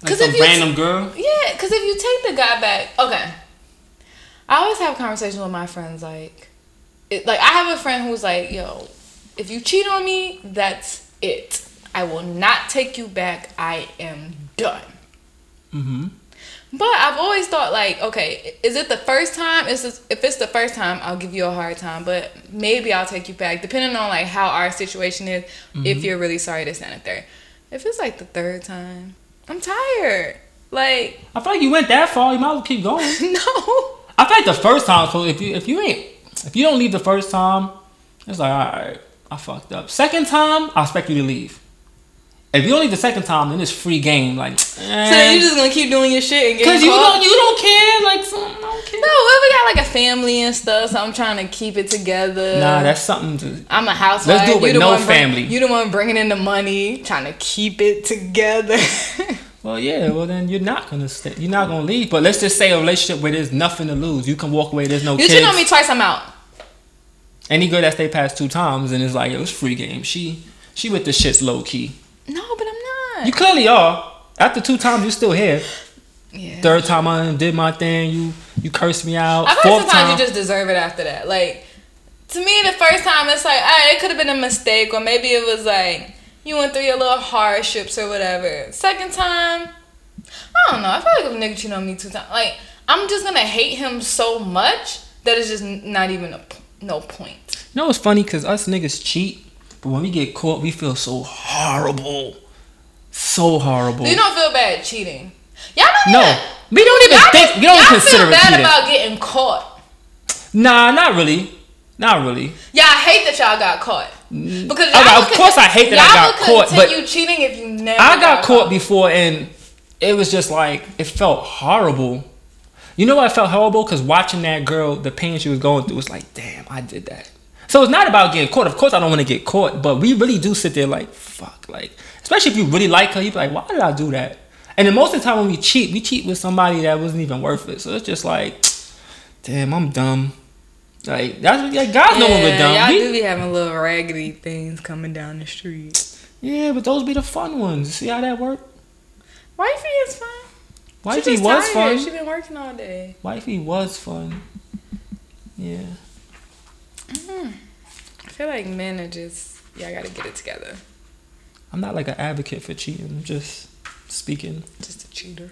Like
'Cause
some
if you-
random girl.
Yeah, because if you take the guy back, okay. I always have conversations with my friends like, it, like I have a friend who's like, yo, if you cheat on me, that's it. I will not take you back. I am done.
Mm-hmm.
But I've always thought like, okay, is it the first time? Is this, if it's the first time, I'll give you a hard time, but maybe I'll take you back, depending on like how our situation is.
Mm-hmm.
If you're really sorry, this and the third. If it's like the third time, I'm tired. Like
I feel like you went that far. You might as well keep going.
no.
I feel like the first time. So if you if you ain't if you don't leave the first time, it's like all right, I fucked up. Second time, I expect you to leave. If you don't leave the second time, then it's free game. Like,
So then
because
you just gonna keep doing your shit and
you,
getting
don't
caught.
you don't care. Like, so, I don't care.
No, well, we got like a family and stuff, so I'm trying to keep it together.
Nah, that's something to.
I'm a housewife.
Let's do it with
the
no
one bring-
family.
you the one bringing in the money, trying to keep it together.
Well, yeah. Well, then you're not gonna stay. You're not gonna leave. But let's just say a relationship where there's nothing to lose. You can walk away. There's no
you
kids.
cheat on me twice, I'm out.
Any girl that stay past two times and it's like it was free game. She she with the shits low key.
No, but I'm not.
You clearly are. After two times, you still here.
yeah.
Third time I done did my thing, you you cursed me out.
I feel like
Fourth
sometimes
time,
you just deserve it after that. Like to me, the first time it's like, all right, it could have been a mistake, or maybe it was like you went through your little hardships or whatever. Second time, I don't know. I feel like if a nigga cheated on me two times, like I'm just gonna hate him so much that it's just n- not even a p- no point.
you know what's funny? Cause us niggas cheat, But when we get caught, we feel so horrible. So horrible.
You don't feel bad cheating. Y'all don't
no.
even.
We don't even
y'all
think we don't
y'all
consider
feel
it
bad
cheating.
about getting caught.
nah, not really. Not really.
Y'all hate that y'all got caught. Because
I-
y'all
Mm. Oh, of
would
course
con-
I hate that I
y'all
got
would
caught, but-
continue cheating if you never.
I got caught before and it was just like it felt horrible. You know why I felt horrible? Cause watching that girl, the pain she was going through was like, damn, I did that. So it's not about getting caught. Of course I don't want to get caught, but we really do sit there like, fuck, like especially if you really like her, you be like, why did I do that? And then most of the time when we cheat, we cheat with somebody that wasn't even worth it. So it's just like, damn, I'm dumb. Like that's like God know when we're dumb.
y'all
We-
do be having little raggedy things coming down the street.
yeah, but those be the fun ones. See how that worked?
Wifey is fun.
Wifey was fun.
She been working all day.
Wifey was fun. Yeah.
I feel like men are just y'all gotta get it together.
I'm not like an advocate for cheating. I'm just speaking.
Just a cheater.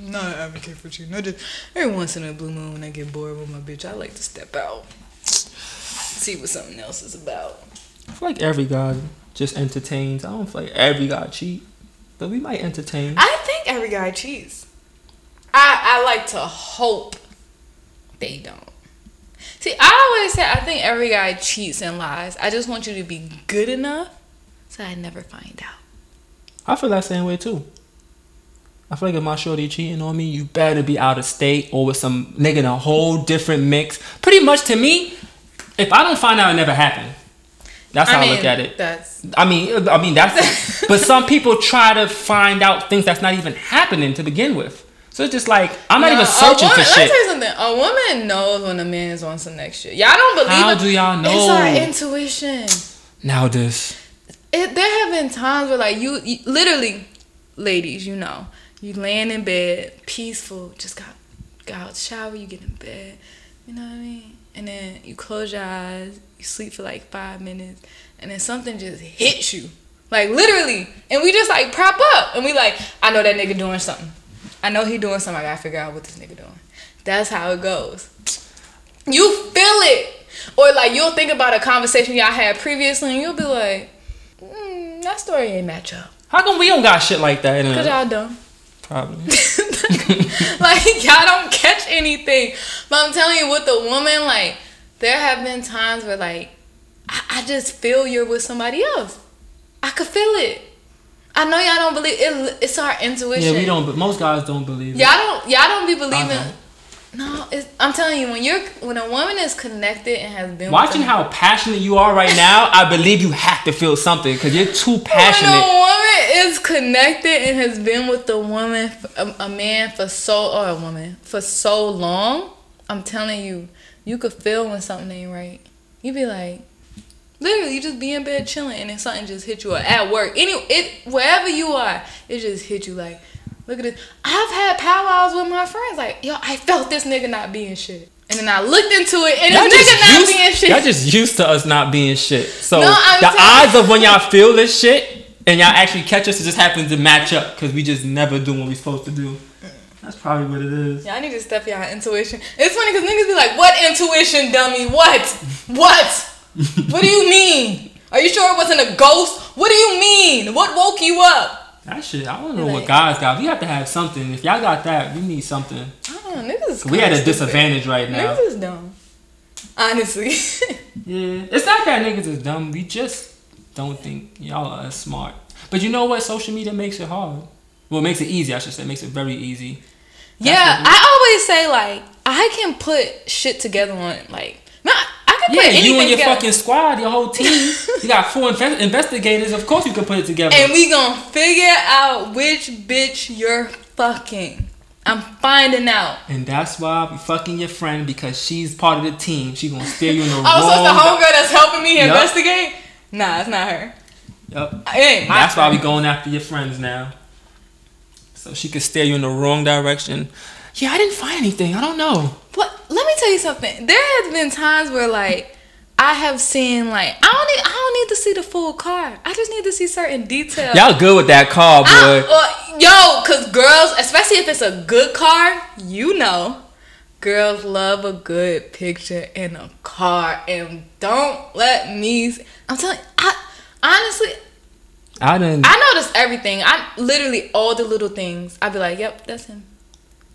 Not an advocate for cheating. I just
Every once in a blue moon, when I get bored with my bitch, I like to step out, see what something else is about.
I feel like every guy just entertains. I don't feel like every guy cheat, but we might entertain.
I think every guy cheats. I I like to hope
They don't. See, I always say I think every guy cheats and lies. I just want you to be good enough so I never find out.
I feel that same way too. I feel like if my shorty cheating on me, you better be out of state or with some nigga in a whole different mix. Pretty much to me, if I don't find out, it never happened. That's how I, look
mean,
at it.
That's
I mean, I mean that's. but some people try to find out things that's not even happening to begin with. So it's just like I'm not
No,
even
a
searching
woman-
for
Let me
shit.
tell you something. A woman knows when a man is on some next shit. Y'all don't believe
How
it.
do y'all
It's our
know?
intuition.
Now this.
It, there have been times where like you, you literally, ladies, you know, you laying in bed, peaceful, just got got out the shower, you get in bed, you know what I mean? And then you close your eyes, you sleep for like five minutes, and then something just hits you. Like literally. And we just like prop up and we like, I know that nigga doing something. I know he doing something, I gotta figure out what this nigga doing. That's how it goes. You feel it. Or like you'll think about a conversation y'all had previously and you'll be like, mm, that story ain't match up.
How come we don't got shit like that? In
Cause
a,
y'all dumb.
probably.
like y'all don't catch anything. But I'm telling you, with the woman, like there have been times where like I, I just feel you're with somebody else. I could feel it. I know y'all don't believe it. It's our intuition.
Yeah, we don't. Uh-huh. But most guys don't believe.
Y'all don't. Y'all don't be
it. I
believing.
don't.
No, it's, I'm telling you, when you're when a woman is connected and has been
Watching
with a-
how passionate you are right now, I believe you have to feel something because you're
Oh,
too
When
passionate.
a woman is connected and has been with a woman, a, a man for so or a woman for so long, I'm telling you, you could feel when something ain't right. You be like, literally, you just be in bed chilling, and then something just hit you. Or at work, any it wherever you are, it just hit you like, look at this. I've had powwows with my friends like, yo, I felt this nigga not being shit, and then I looked into it, and
Y'all
this
just,
nigga not
used,
being shit.
y'all just used to us not being shit. So
No, I'm
the
telling-
odds of when y'all feel this shit and y'all actually catch us, it just happens to match up because we just never do what we supposed to do. That's probably what it is.
Y'all need to step y'all intuition. It's funny because niggas be like, "What intuition, dummy? What? What? what do you mean? Are you sure it wasn't a ghost? What do you mean? What woke you up?"
That shit, I don't know
Like-
what guys got. We have to have something. If y'all got that, we need something.
I don't know. Niggas is
We at
kinda
a
stupid.
disadvantage right now.
Niggas is dumb. Honestly,
Yeah, it's not that niggas is dumb. We just don't think y'all are as smart. But you know what? Social media makes it hard. Well, it makes it easy. I should say, It makes it very easy.
yeah. I always say like, I can put shit together on like, not. I can
Yeah,
put anything
you and your
together.
fucking squad, your whole team. you got four inve- investigators. Of course, you can put it together.
and we gonna figure out which bitch you're fucking. I'm finding out.
And that's why we fucking your friend because she's part of the team. She gonna steer you in the wrong.
Oh, so it's the homegirl that's helping me
Yup.
investigate? Nah, it's not her.
Yup.
It ain't my
That's why we
friend.
going after your friends now. So she could steer you in the wrong direction. Yeah, I didn't find anything. I don't know.
What? Let me tell you something. There has been times where like I have seen like I don't need I don't need to see the full card. I just need to see certain details.
Y'all good with that call,
I-
boy.
or- yo, cause girls, especially if it's a good card, you know, girls love a good picture in a car and don't let me. I'm telling I honestly,
I didn't.
I notice everything. I literally all the little things. I'd be like, yep, that's him.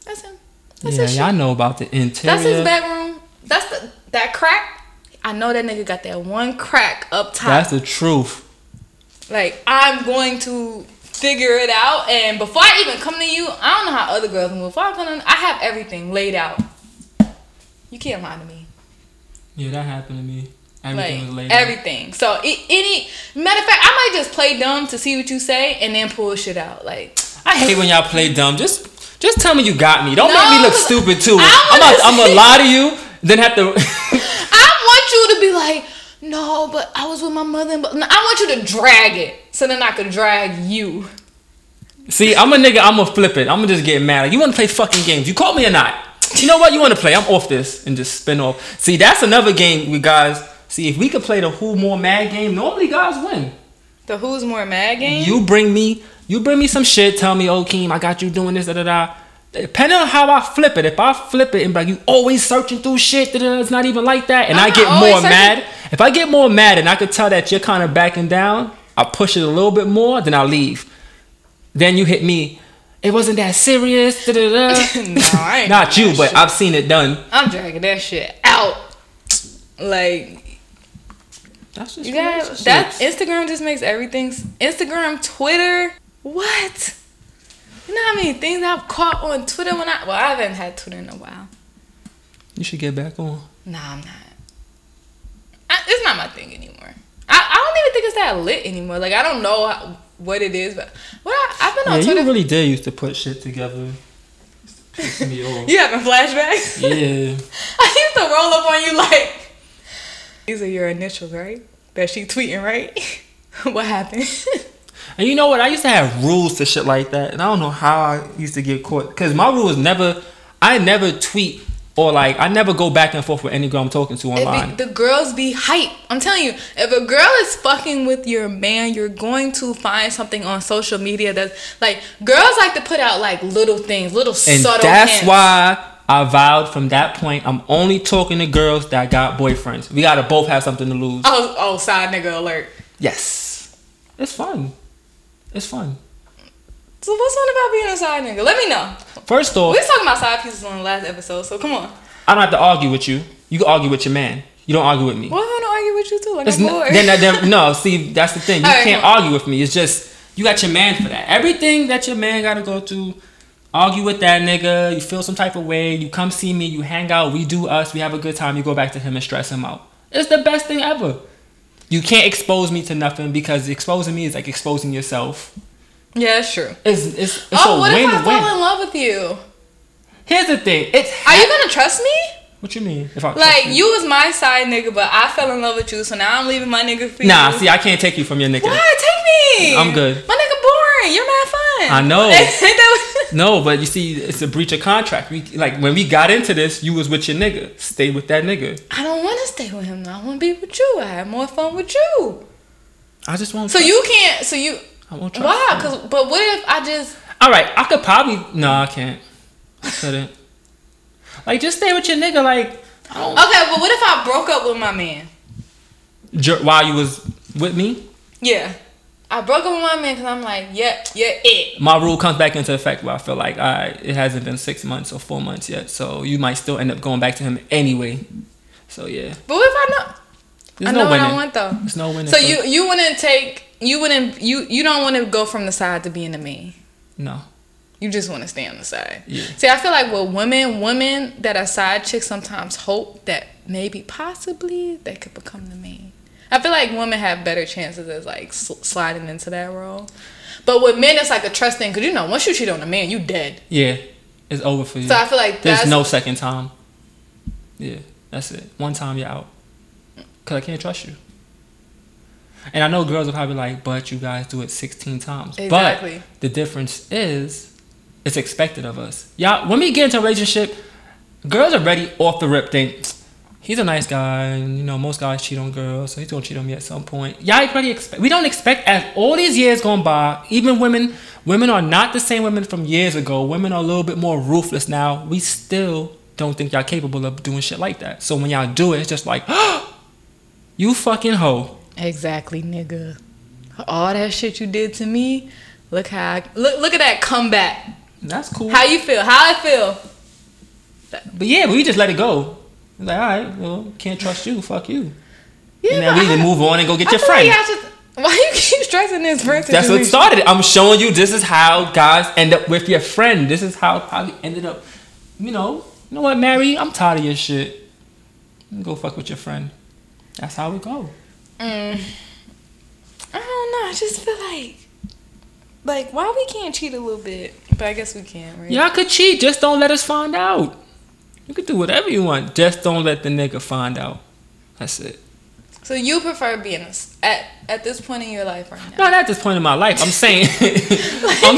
That's him. That's
yeah,
his shit.
y'all know about the interior.
That's his back room. That's the that crack. I know that nigga got that one crack up top.
That's the truth.
Like I'm going to figure it out, and before I even come to you, I don't know how other girls move. Before I come, to, I have everything laid out. You can't lie to me.
Yeah, that happened to me. Everything was
Like
laid
everything. So i- any matter of fact, I might just play dumb to see what you say, and then pull shit out. Like
out. I hate when y'all play dumb. Just, just tell me you got me. Don't
No,
make me look
'cause
stupid too.
I
I'm
wanna
about, I'm gonna
see-
lie to you, then have to.
I want you to be like, no, but I was with my mother. And but no, I want you to drag it, so then I could drag you.
See, I'm a nigga. I'm gonna flip it. I'm gonna just get mad. Like, you want to play fucking games? You call me or not? You know what? You want to play? I'm off this and just spin off. See, that's another game we guys. See, if we could play the who more mad game, normally guys win.
The who's more mad game?
You bring me, you bring me some shit. Tell me, oh Keem, I got you doing this. Da da da. Depending on how I flip it, if I flip it and be like you always searching through shit, da, da, da, it's not even like that, and
I'm
I
not
get
always
more
searching.
mad. If I get more mad and I could tell that you're kind of backing down, I push it a little bit more, then I leave. Then you hit me. It wasn't that serious. Da, da, da.
no, I ain't
Not
doing
you,
that
but
shit.
I've seen it done.
Mm-hmm. I'm dragging that shit out. Like
That's just
you guys, that Instagram just makes everything. s- Instagram, Twitter, what? You know how many things I've caught on Twitter when I well I haven't had Twitter in a while.
you should get back on.
Nah, I'm not. I, it's not my thing anymore. I, I don't even think it's that lit anymore. Like I don't know how, what it is, but what I, I've been on
yeah,
Twitter.
you really did used to put shit together. Piss me off.
you having flashbacks?
Yeah.
I used to roll up on you like these are your initials, right? That she tweeting, right? what happened?
And you know what? I used to have rules to shit like that, and I don't know how I used to get caught. Cause my rule is never, I never tweet or like I never go back and forth with any girl I'm talking to online.
It be, the girls be hype. I'm telling you, if a girl is fucking with your man, you're going to find something on social media that's like girls like to put out like little things, little
and
subtle.
that's
hints.
why I vowed from that point I'm only talking to girls that got boyfriends. We gotta both have something to lose.
Oh, oh, side nigga alert.
Yes, it's fun. It's fun.
So what's on about being a side nigga? Let me know.
First off,
We was talking about side pieces on the last episode, so come on.
I don't have to argue with you. You can argue with your man. You don't argue with me.
Well, I'm gonna argue with you too. Like
It's
I'm
n-
bored.
then, then- no, see, that's the thing. You
Alright,
can't
come
argue with me. It's just you got your man for that. Everything that your man got to go through, argue with that nigga. You feel some type of way. You come see me. You hang out. We do us. We have a good time. You go back to him and stress him out. It's the best thing ever. You can't expose me to nothing because exposing me is like exposing yourself.
yeah, that's true.
It's it's, it's
oh,
a
what if I fall
win-win.
in love with you?
Here's the thing. It's
Are you gonna trust me?
what you mean? If I
Like you was my side nigga, but I fell in love with you, so now I'm leaving my nigga for
Nah,
you.
see, I can't take you from your nigga.
Why? Take me.
I'm good.
My nigga boring. You're mad fun.
I know.
That was-
No, but you see, it's a breach of contract. We like when we got into this, you was with your nigga. Stay with that nigga.
I don't want to stay with him. though. I want to be with you. I have more fun with you.
I just won't.
So
trust-
you can't. So you.
I won't trust.
Why?
him.
Cause but what if I just
all right, I could probably. No, I can't. I couldn't. like, just stay with your nigga. Like, I don't,
okay? But what if I broke up with my man?
Jer- while you was with me,
Yeah, I broke up with my man because I'm like, yeah, yeah, it.
my rule comes back into effect. Where I feel like, all right, it hasn't been six months or four months yet, so you might still end up going back to him anyway. So yeah,
But what if I know?
there's
I
no
know what
winning.
I want though.
There's no winning.
So
for-
you you wouldn't take you wouldn't you you don't want to go from the side to being the man.
no.
You just want to stay on the side.
Yeah.
See, I feel like with women, women that are side chicks sometimes hope that maybe possibly they could become the main. I feel like women have better chances of like sl- sliding into that role. But with men, it's like a trust thing because you know once you cheat on a man, you dead.
Yeah, it's over for you.
So I feel like
There's
that's
no second time. Yeah, that's it. One time you're out. Cause I can't trust you. And I know girls will probably like, but you guys do it 16 times.
Exactly.
But the difference is, it's expected of us. Y'all, when we get into a relationship, girls are ready off the rip. Think he's a nice guy, and you know most guys cheat on girls, so he's gonna cheat on me at some point. Y'all already expect. We don't expect as all these years gone by. Even women, women are not the same women from years ago. Women are a little bit more ruthless now. We still don't think y'all capable of doing shit like that. So when y'all do it, it's just like, "Oh, you fucking hoe.
Exactly, nigga. All that shit you did to me. Look how I, look look at that comeback.
That's cool.
How you feel? How I feel?
but yeah, we just let it go. It's like, all right, well, can't trust you. Fuck you.
Yeah,
and then
but
we
I-
can move on and go get
I
your
feel like
friend.
y'all just- why you keep stressing this friend
That's what
situation?
started. it. I'm showing you this is how guys end up with your friend. This is how I ended up. You know, you know what, Mary? I'm tired of your shit. Go fuck with your friend. That's how we go.
Mm.
I don't know. I just feel like, like why we can't cheat a little bit, but I guess we can, right?
Y'all could cheat, just don't let us find out. You could do whatever you want, just don't let the nigga find out. That's it.
So you prefer being a s at at this point in your life right now?
Not at this point in my life. I'm saying, I'm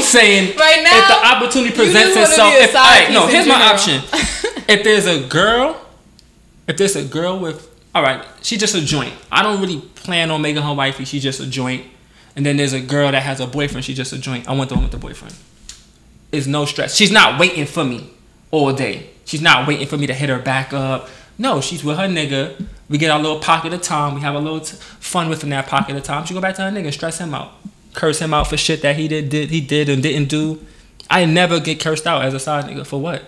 saying,
Right
if
now,
the opportunity
just
presents
wanna
itself,
be a
if,
side
alright, no,
piece in
here's my
general.
option. if there's a girl, if there's a girl with, all right, she just a joint. I don't really plan on making her wifey. She just a joint. And then there's a girl that has a boyfriend. She just a joint. I want the one with the boyfriend. It's no stress. She's not waiting for me all day. She's not waiting for me to hit her back up. No, she's with her nigga. We get our little pocket of time. We have a little t- fun within that pocket of time. She go back to her nigga, stress him out, curse him out for shit that he did, did he did and didn't do. I never get cursed out as a side nigga for what?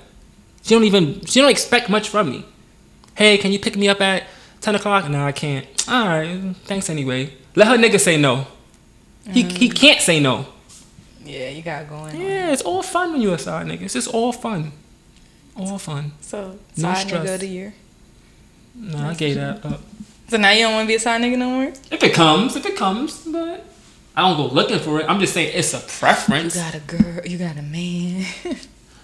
She don't even she don't expect much from me. Hey, can you pick me up at ten o'clock? No, I can't. All right, thanks anyway. Let her nigga say no. He he can't say no.
Yeah, you got going. on.
Yeah, it's all fun when you're a side nigga. It's just all fun. All fun.
So
No
Side nigga
stress.
of the year.
Nah, I gave that up.
So now you don't want to be a side nigga no more.
If it comes, if it comes, but I don't go looking for it. I'm just saying it's a
you
preference.
got a girl, you got a man.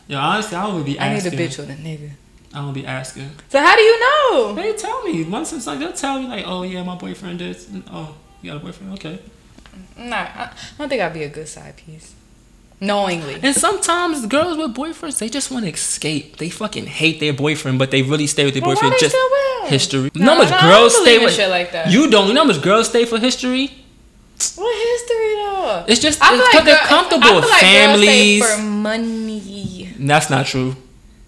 Yo, honestly, I would be
I need a
asking.
bitch with a nigga.
I would be asking.
So how do you know?
They tell me once it's like they'll tell me like, oh yeah, my boyfriend did. Oh, you got a boyfriend? Okay.
Nah, I, I don't think I'd be a good side piece. Knowingly.
And sometimes girls with boyfriends, they just want to escape. They fucking hate their boyfriend, but they really stay with their
But why
boyfriend
they
just
still will?
history.
Nah,
you know how much
nah, I don't
girls
believe
stay
in
with
shit like that.
You don't. You know how much girls stay for history.
What history though?
It's just because they're
girl-
comfortable.
I feel like girls stay
Families.
for money.
That's not true.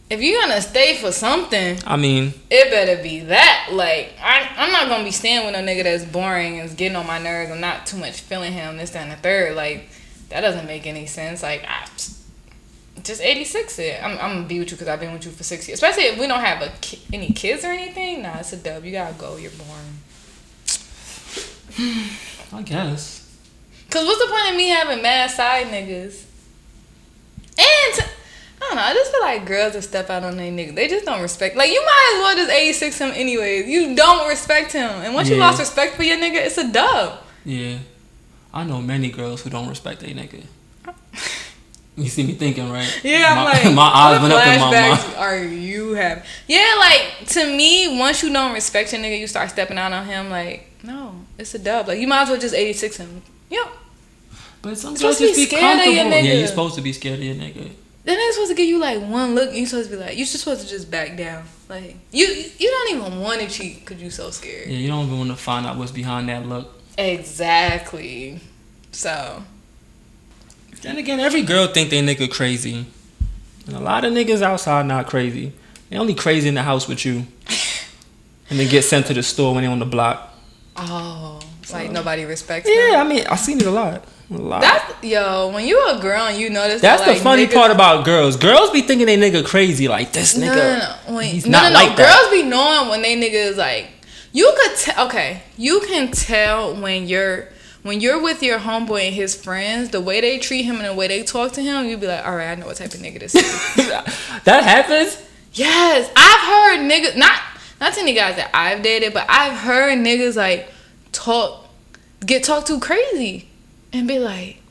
If you're gonna stay for something,
I mean,
it better be that. Like I, I'm not gonna be staying with no nigga that's boring and is getting on my nerves. I'm not too much feeling him. This that, and the third. Like that doesn't make any sense. Like I just 86 it. I'm, I'm gonna be with you because I've been with you for six years. Especially if we don't have a ki- any kids or anything. Nah, it's a dub. You gotta go. You're boring.
I guess.
Cause what's the point of me having mad side niggas? And t- I don't know. I just feel like girls that step out on their niggas, they just don't respect. Like you might as well just eighty six him anyways. You don't respect him, and once you
Yeah.
lost respect for your nigga, it's a dub.
Yeah, I know many girls who don't respect their nigga. You see me thinking, right?
Yeah, I'm
my,
like
my eyes
what
went up in my mind.
flashbacks Are you having? Yeah, like to me, once you don't respect your nigga, you start stepping out on him. Like no, it's a dub. Like you might as well just eighty six him. Yep.
But some
Supposed
girls
to be
just be
scared of
comfortable.
your
Yeah,
nigga.
you're supposed to be scared of your nigga.
Then they're supposed to give you like one look. And you're supposed to be like, you're just supposed to just back down. Like you, you don't even want to cheat because you're so scared.
Yeah, you don't even want to find out what's behind that look.
Exactly. So
Then again, every girl think they nigga crazy, and a lot of niggas outside not crazy. They only crazy in the house with you, and they get sent to the store when they on the block.
oh, it's like nobody respects. them.
Yeah, I mean, I seen it a lot, a lot. That's,
That's yo. When you a girl and you notice that,
the
like,
funny
niggas-
part about girls. Girls be thinking they nigga crazy, like this
No,
nigga.
no, no. Wait,
he's
no,
not
no, no.
like that.
Girls be knowing when they nigga is like. You could tell. Okay, you can tell when you're when you're with your homeboy and his friends. The way they treat him and the way they talk to him, you'd be like, all right, I know what type of nigga this is.
that happens.
Yes, I've heard niggas not not to any guys that I've dated, but I've heard niggas like talk get talked to crazy and be like,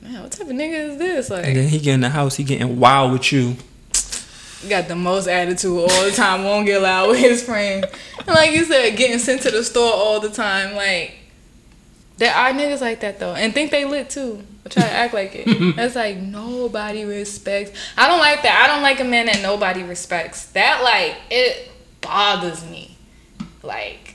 man, what type of nigga is this?
And
Like,
then he get in the house, he getting wild with you.
got the most attitude all the time. Won't get loud with his friends. And like you said, getting sent to the store all the time. Like, there are niggas like that though, and think they lit too. But Try to act like it. That's like nobody respects. I don't like that. I don't like a man that nobody respects. That like it bothers me. Like,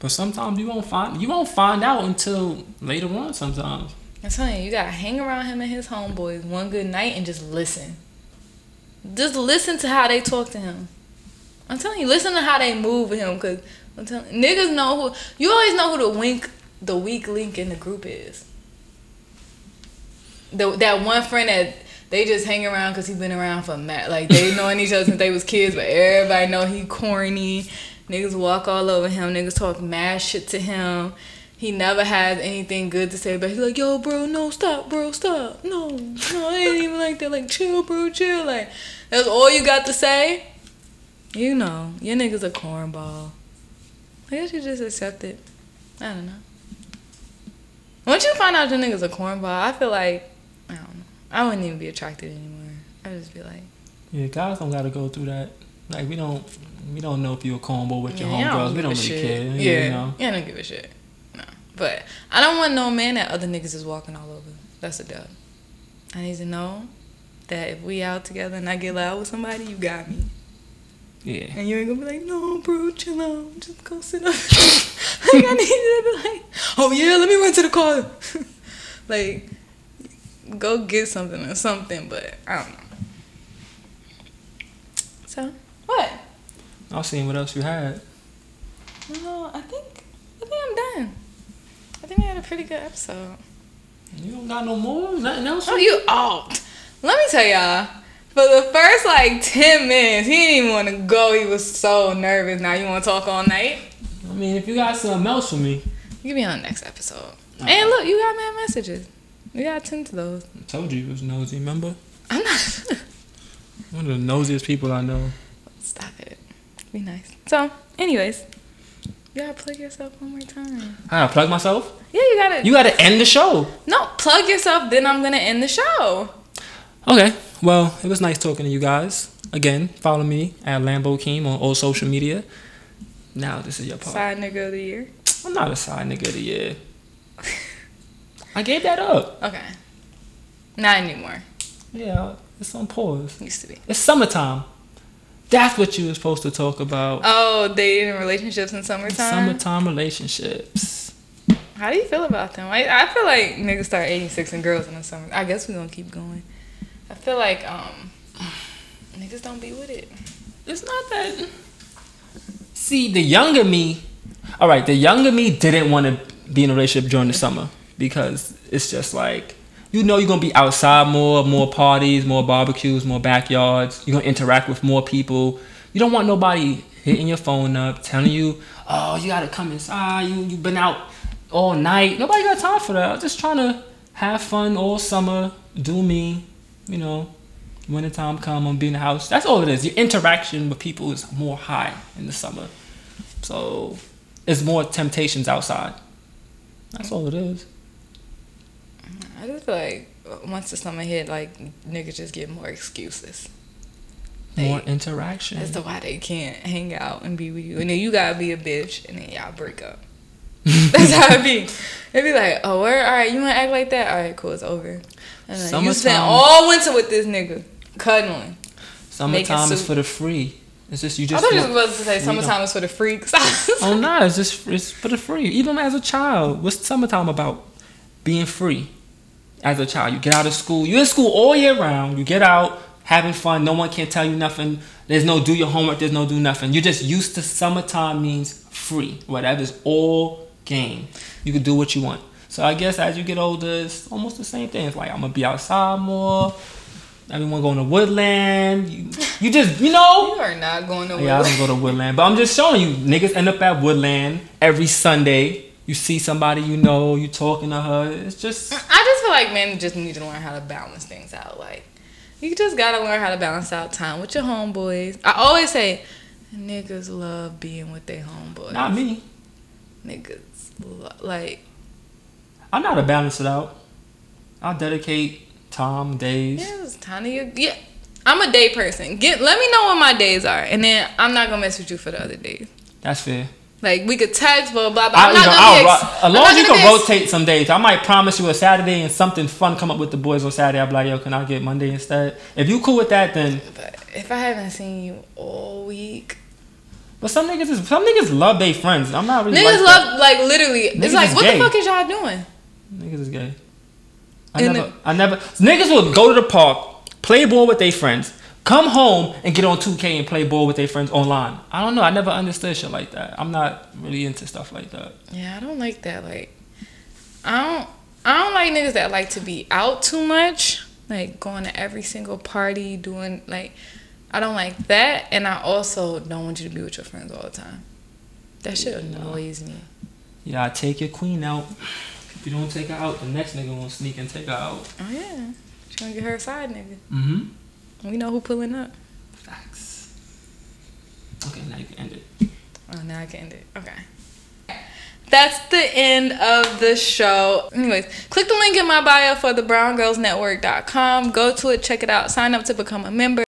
But sometimes you won't find you won't find out until later on. Sometimes
I'm telling you, you gotta hang around him and his homeboys one good night and just listen. Just listen to how they talk to him. I'm telling you, listen to how they move with him, cause I'm telling niggas know who. You always know who the wink, the weak link in the group is. The that one friend that they just hang around because he been around for mad. Like they knowing each other since they was kids, but everybody know he corny. Niggas walk all over him. Niggas talk mad shit to him. He never has anything good to say, but he's like, "Yo, bro, no, stop, bro, stop, no, no, I ain't even like that. Like, chill, bro, chill. Like, that's all you got to say. You know, your niggas a cornball. I guess you just accept it. I don't know. Once you find out your niggas a cornball, I feel like I don't know. Um, I wouldn't even be attracted anymore. I'd just be like,
Yeah, guys don't gotta go through that. Like we don't we don't know if you a combo with your
yeah,
homegirls. We
give
don't
a
really
shit.
care.
Yeah,
Yeah. You know?
yeah, I don't give a shit. No, but I don't want no man that other niggas is walking all over. That's a dub. I need to know that if we out together and I get loud with somebody, you got me.
Yeah.
And you ain't gonna be like, no, bro, chill out. Just go sit up. like, I need you to be like, oh, yeah, let me run to the car. like, go get something or something, but I don't know. So, what?
I've seen what else you had.
No, I think, I think I'm done. I think we had a pretty good episode.
You don't got no more? Nothing else?
Oh, you out. Let me tell y'all. For the first like 10 minutes, he didn't even want to go. He was so nervous. Now you want to talk all night?
I mean if you got something else for me.
You can be on the next episode. And look, you got mad messages. You gotta attend to those.
I told you it was nosy, remember?
I'm not.
One of the nosiest people I know.
Stop it. Be nice. So, anyways, you gotta plug yourself one more time.
I gotta plug myself?
Yeah, you gotta.
You gotta end the show.
no, plug yourself. Then I'm gonna end the show.
Okay. Well, it was nice talking to you guys. Again, follow me at Lambo Keem on all social media. Now this is your part.
Side nigga of the year.
I'm not a side nigga of the year. I gave that up.
Okay. Not anymore.
Yeah, it's on pause.
Used to be.
It's summertime. That's what you were supposed to talk about.
Oh, dating and relationships in summertime.
Summertime relationships.
How do you feel about them? I, I feel like niggas start 86 and girls in the summer. I guess we gonna keep going. I feel like um niggas don't be with it.
It's not that. See, the younger me. All right, the younger me didn't want to be in a relationship during the summer because it's just like you know you're gonna be outside more, more parties, more barbecues, more backyards. You're gonna interact with more people. You don't want nobody hitting your phone up, telling you, "Oh, you gotta come inside. You you've been out all night." Nobody got time for that. I'm just trying to have fun all summer, do me, you know, when the time come on being in the house. That's all it is. Your interaction with people is more high in the summer. So it's more temptations outside. That's all it is.
I just feel like uh, once the summer hit, like niggas just get more excuses
More
as
interaction.
to why they can't hang out and be with you. And then you gotta be a bitch, and then y'all break up. That's how it be. It be like, oh, where? All right, you wanna act like that? All right, cool, it's over. And like, you spent
Summertime.
all winter with this nigga cuddling.
Summertime
making
is
soup.
for the free. It's just you
I
just.
thought you were
want-
supposed to say
freedom.
summertime is for the freaks.
oh no! It's just it's for the free. Even as a child, what's summertime about? Being free. As a child, you get out of school. You're in school all year round. You get out having fun. No one can tell you nothing. There's no do your homework. There's no do nothing. You're just used to summertime means free. Whatever's all game. You can do what you want. So I guess as you get older, it's almost the same thing. It's like I'm gonna be outside more. Everyone going to woodland. You, you just you know.
you are not going nowhere.
Yeah, I don't go to Woodland, but I'm just showing you niggas end up at Woodland every Sunday. You see somebody you know, you talking to her. It's just
I just feel like men just need to learn how to balance things out. Like, you just gotta learn how to balance out time with your homeboys. I always say, niggas love being with their homeboys.
not me.
Niggas, lo- like,
I'm not a balance it out. I'll dedicate time, days.
yeah, it's time to get. Yeah, I'm a day person. Get let me know when my days are, and then I'm not gonna mess with you for the other days.
That's fair.
Like we could text, blah blah. blah.
I
I'm
even
not gonna
I'll
be
ro-
ex-
as
I'm
long
not
as you
gonna
can
be ex-
rotate some days. I might promise you a Saturday and something fun come up with the boys on Saturday. I'll be like, yo, can I get Monday instead? If you cool with that, then.
But if I haven't seen you all week,
But some niggas, is, some niggas love their friends. I'm not really. like
niggas
that.
love like literally.
Niggas
it's like
is
what
gay.
the fuck is y'all doing?
Niggas is gay. I
And
never, I never. Niggas will go to the park, play ball with their friends, Come home and get on 2K and play ball with their friends online. I don't know. I never understood shit like that. I'm not really into stuff like that.
Yeah, I don't like that. Like, I don't. I don't like niggas that like to be out too much. Like going to every single party, doing like. I don't like that, and I also don't want you to be with your friends all the time. That shit annoys me.
Yeah, I take your queen out. If you don't take her out, the next nigga gonna sneak and take her out.
Oh yeah, she gonna get her a side nigga.
Mm-hmm.
We know who pulling up.
Facts. Okay, now you can end it.
Oh, now I can end it. Okay. That's the end of the show. Anyways, click the link in my bio for the browngirlsnetwork.com. Go to it, check it out, sign up to become a member.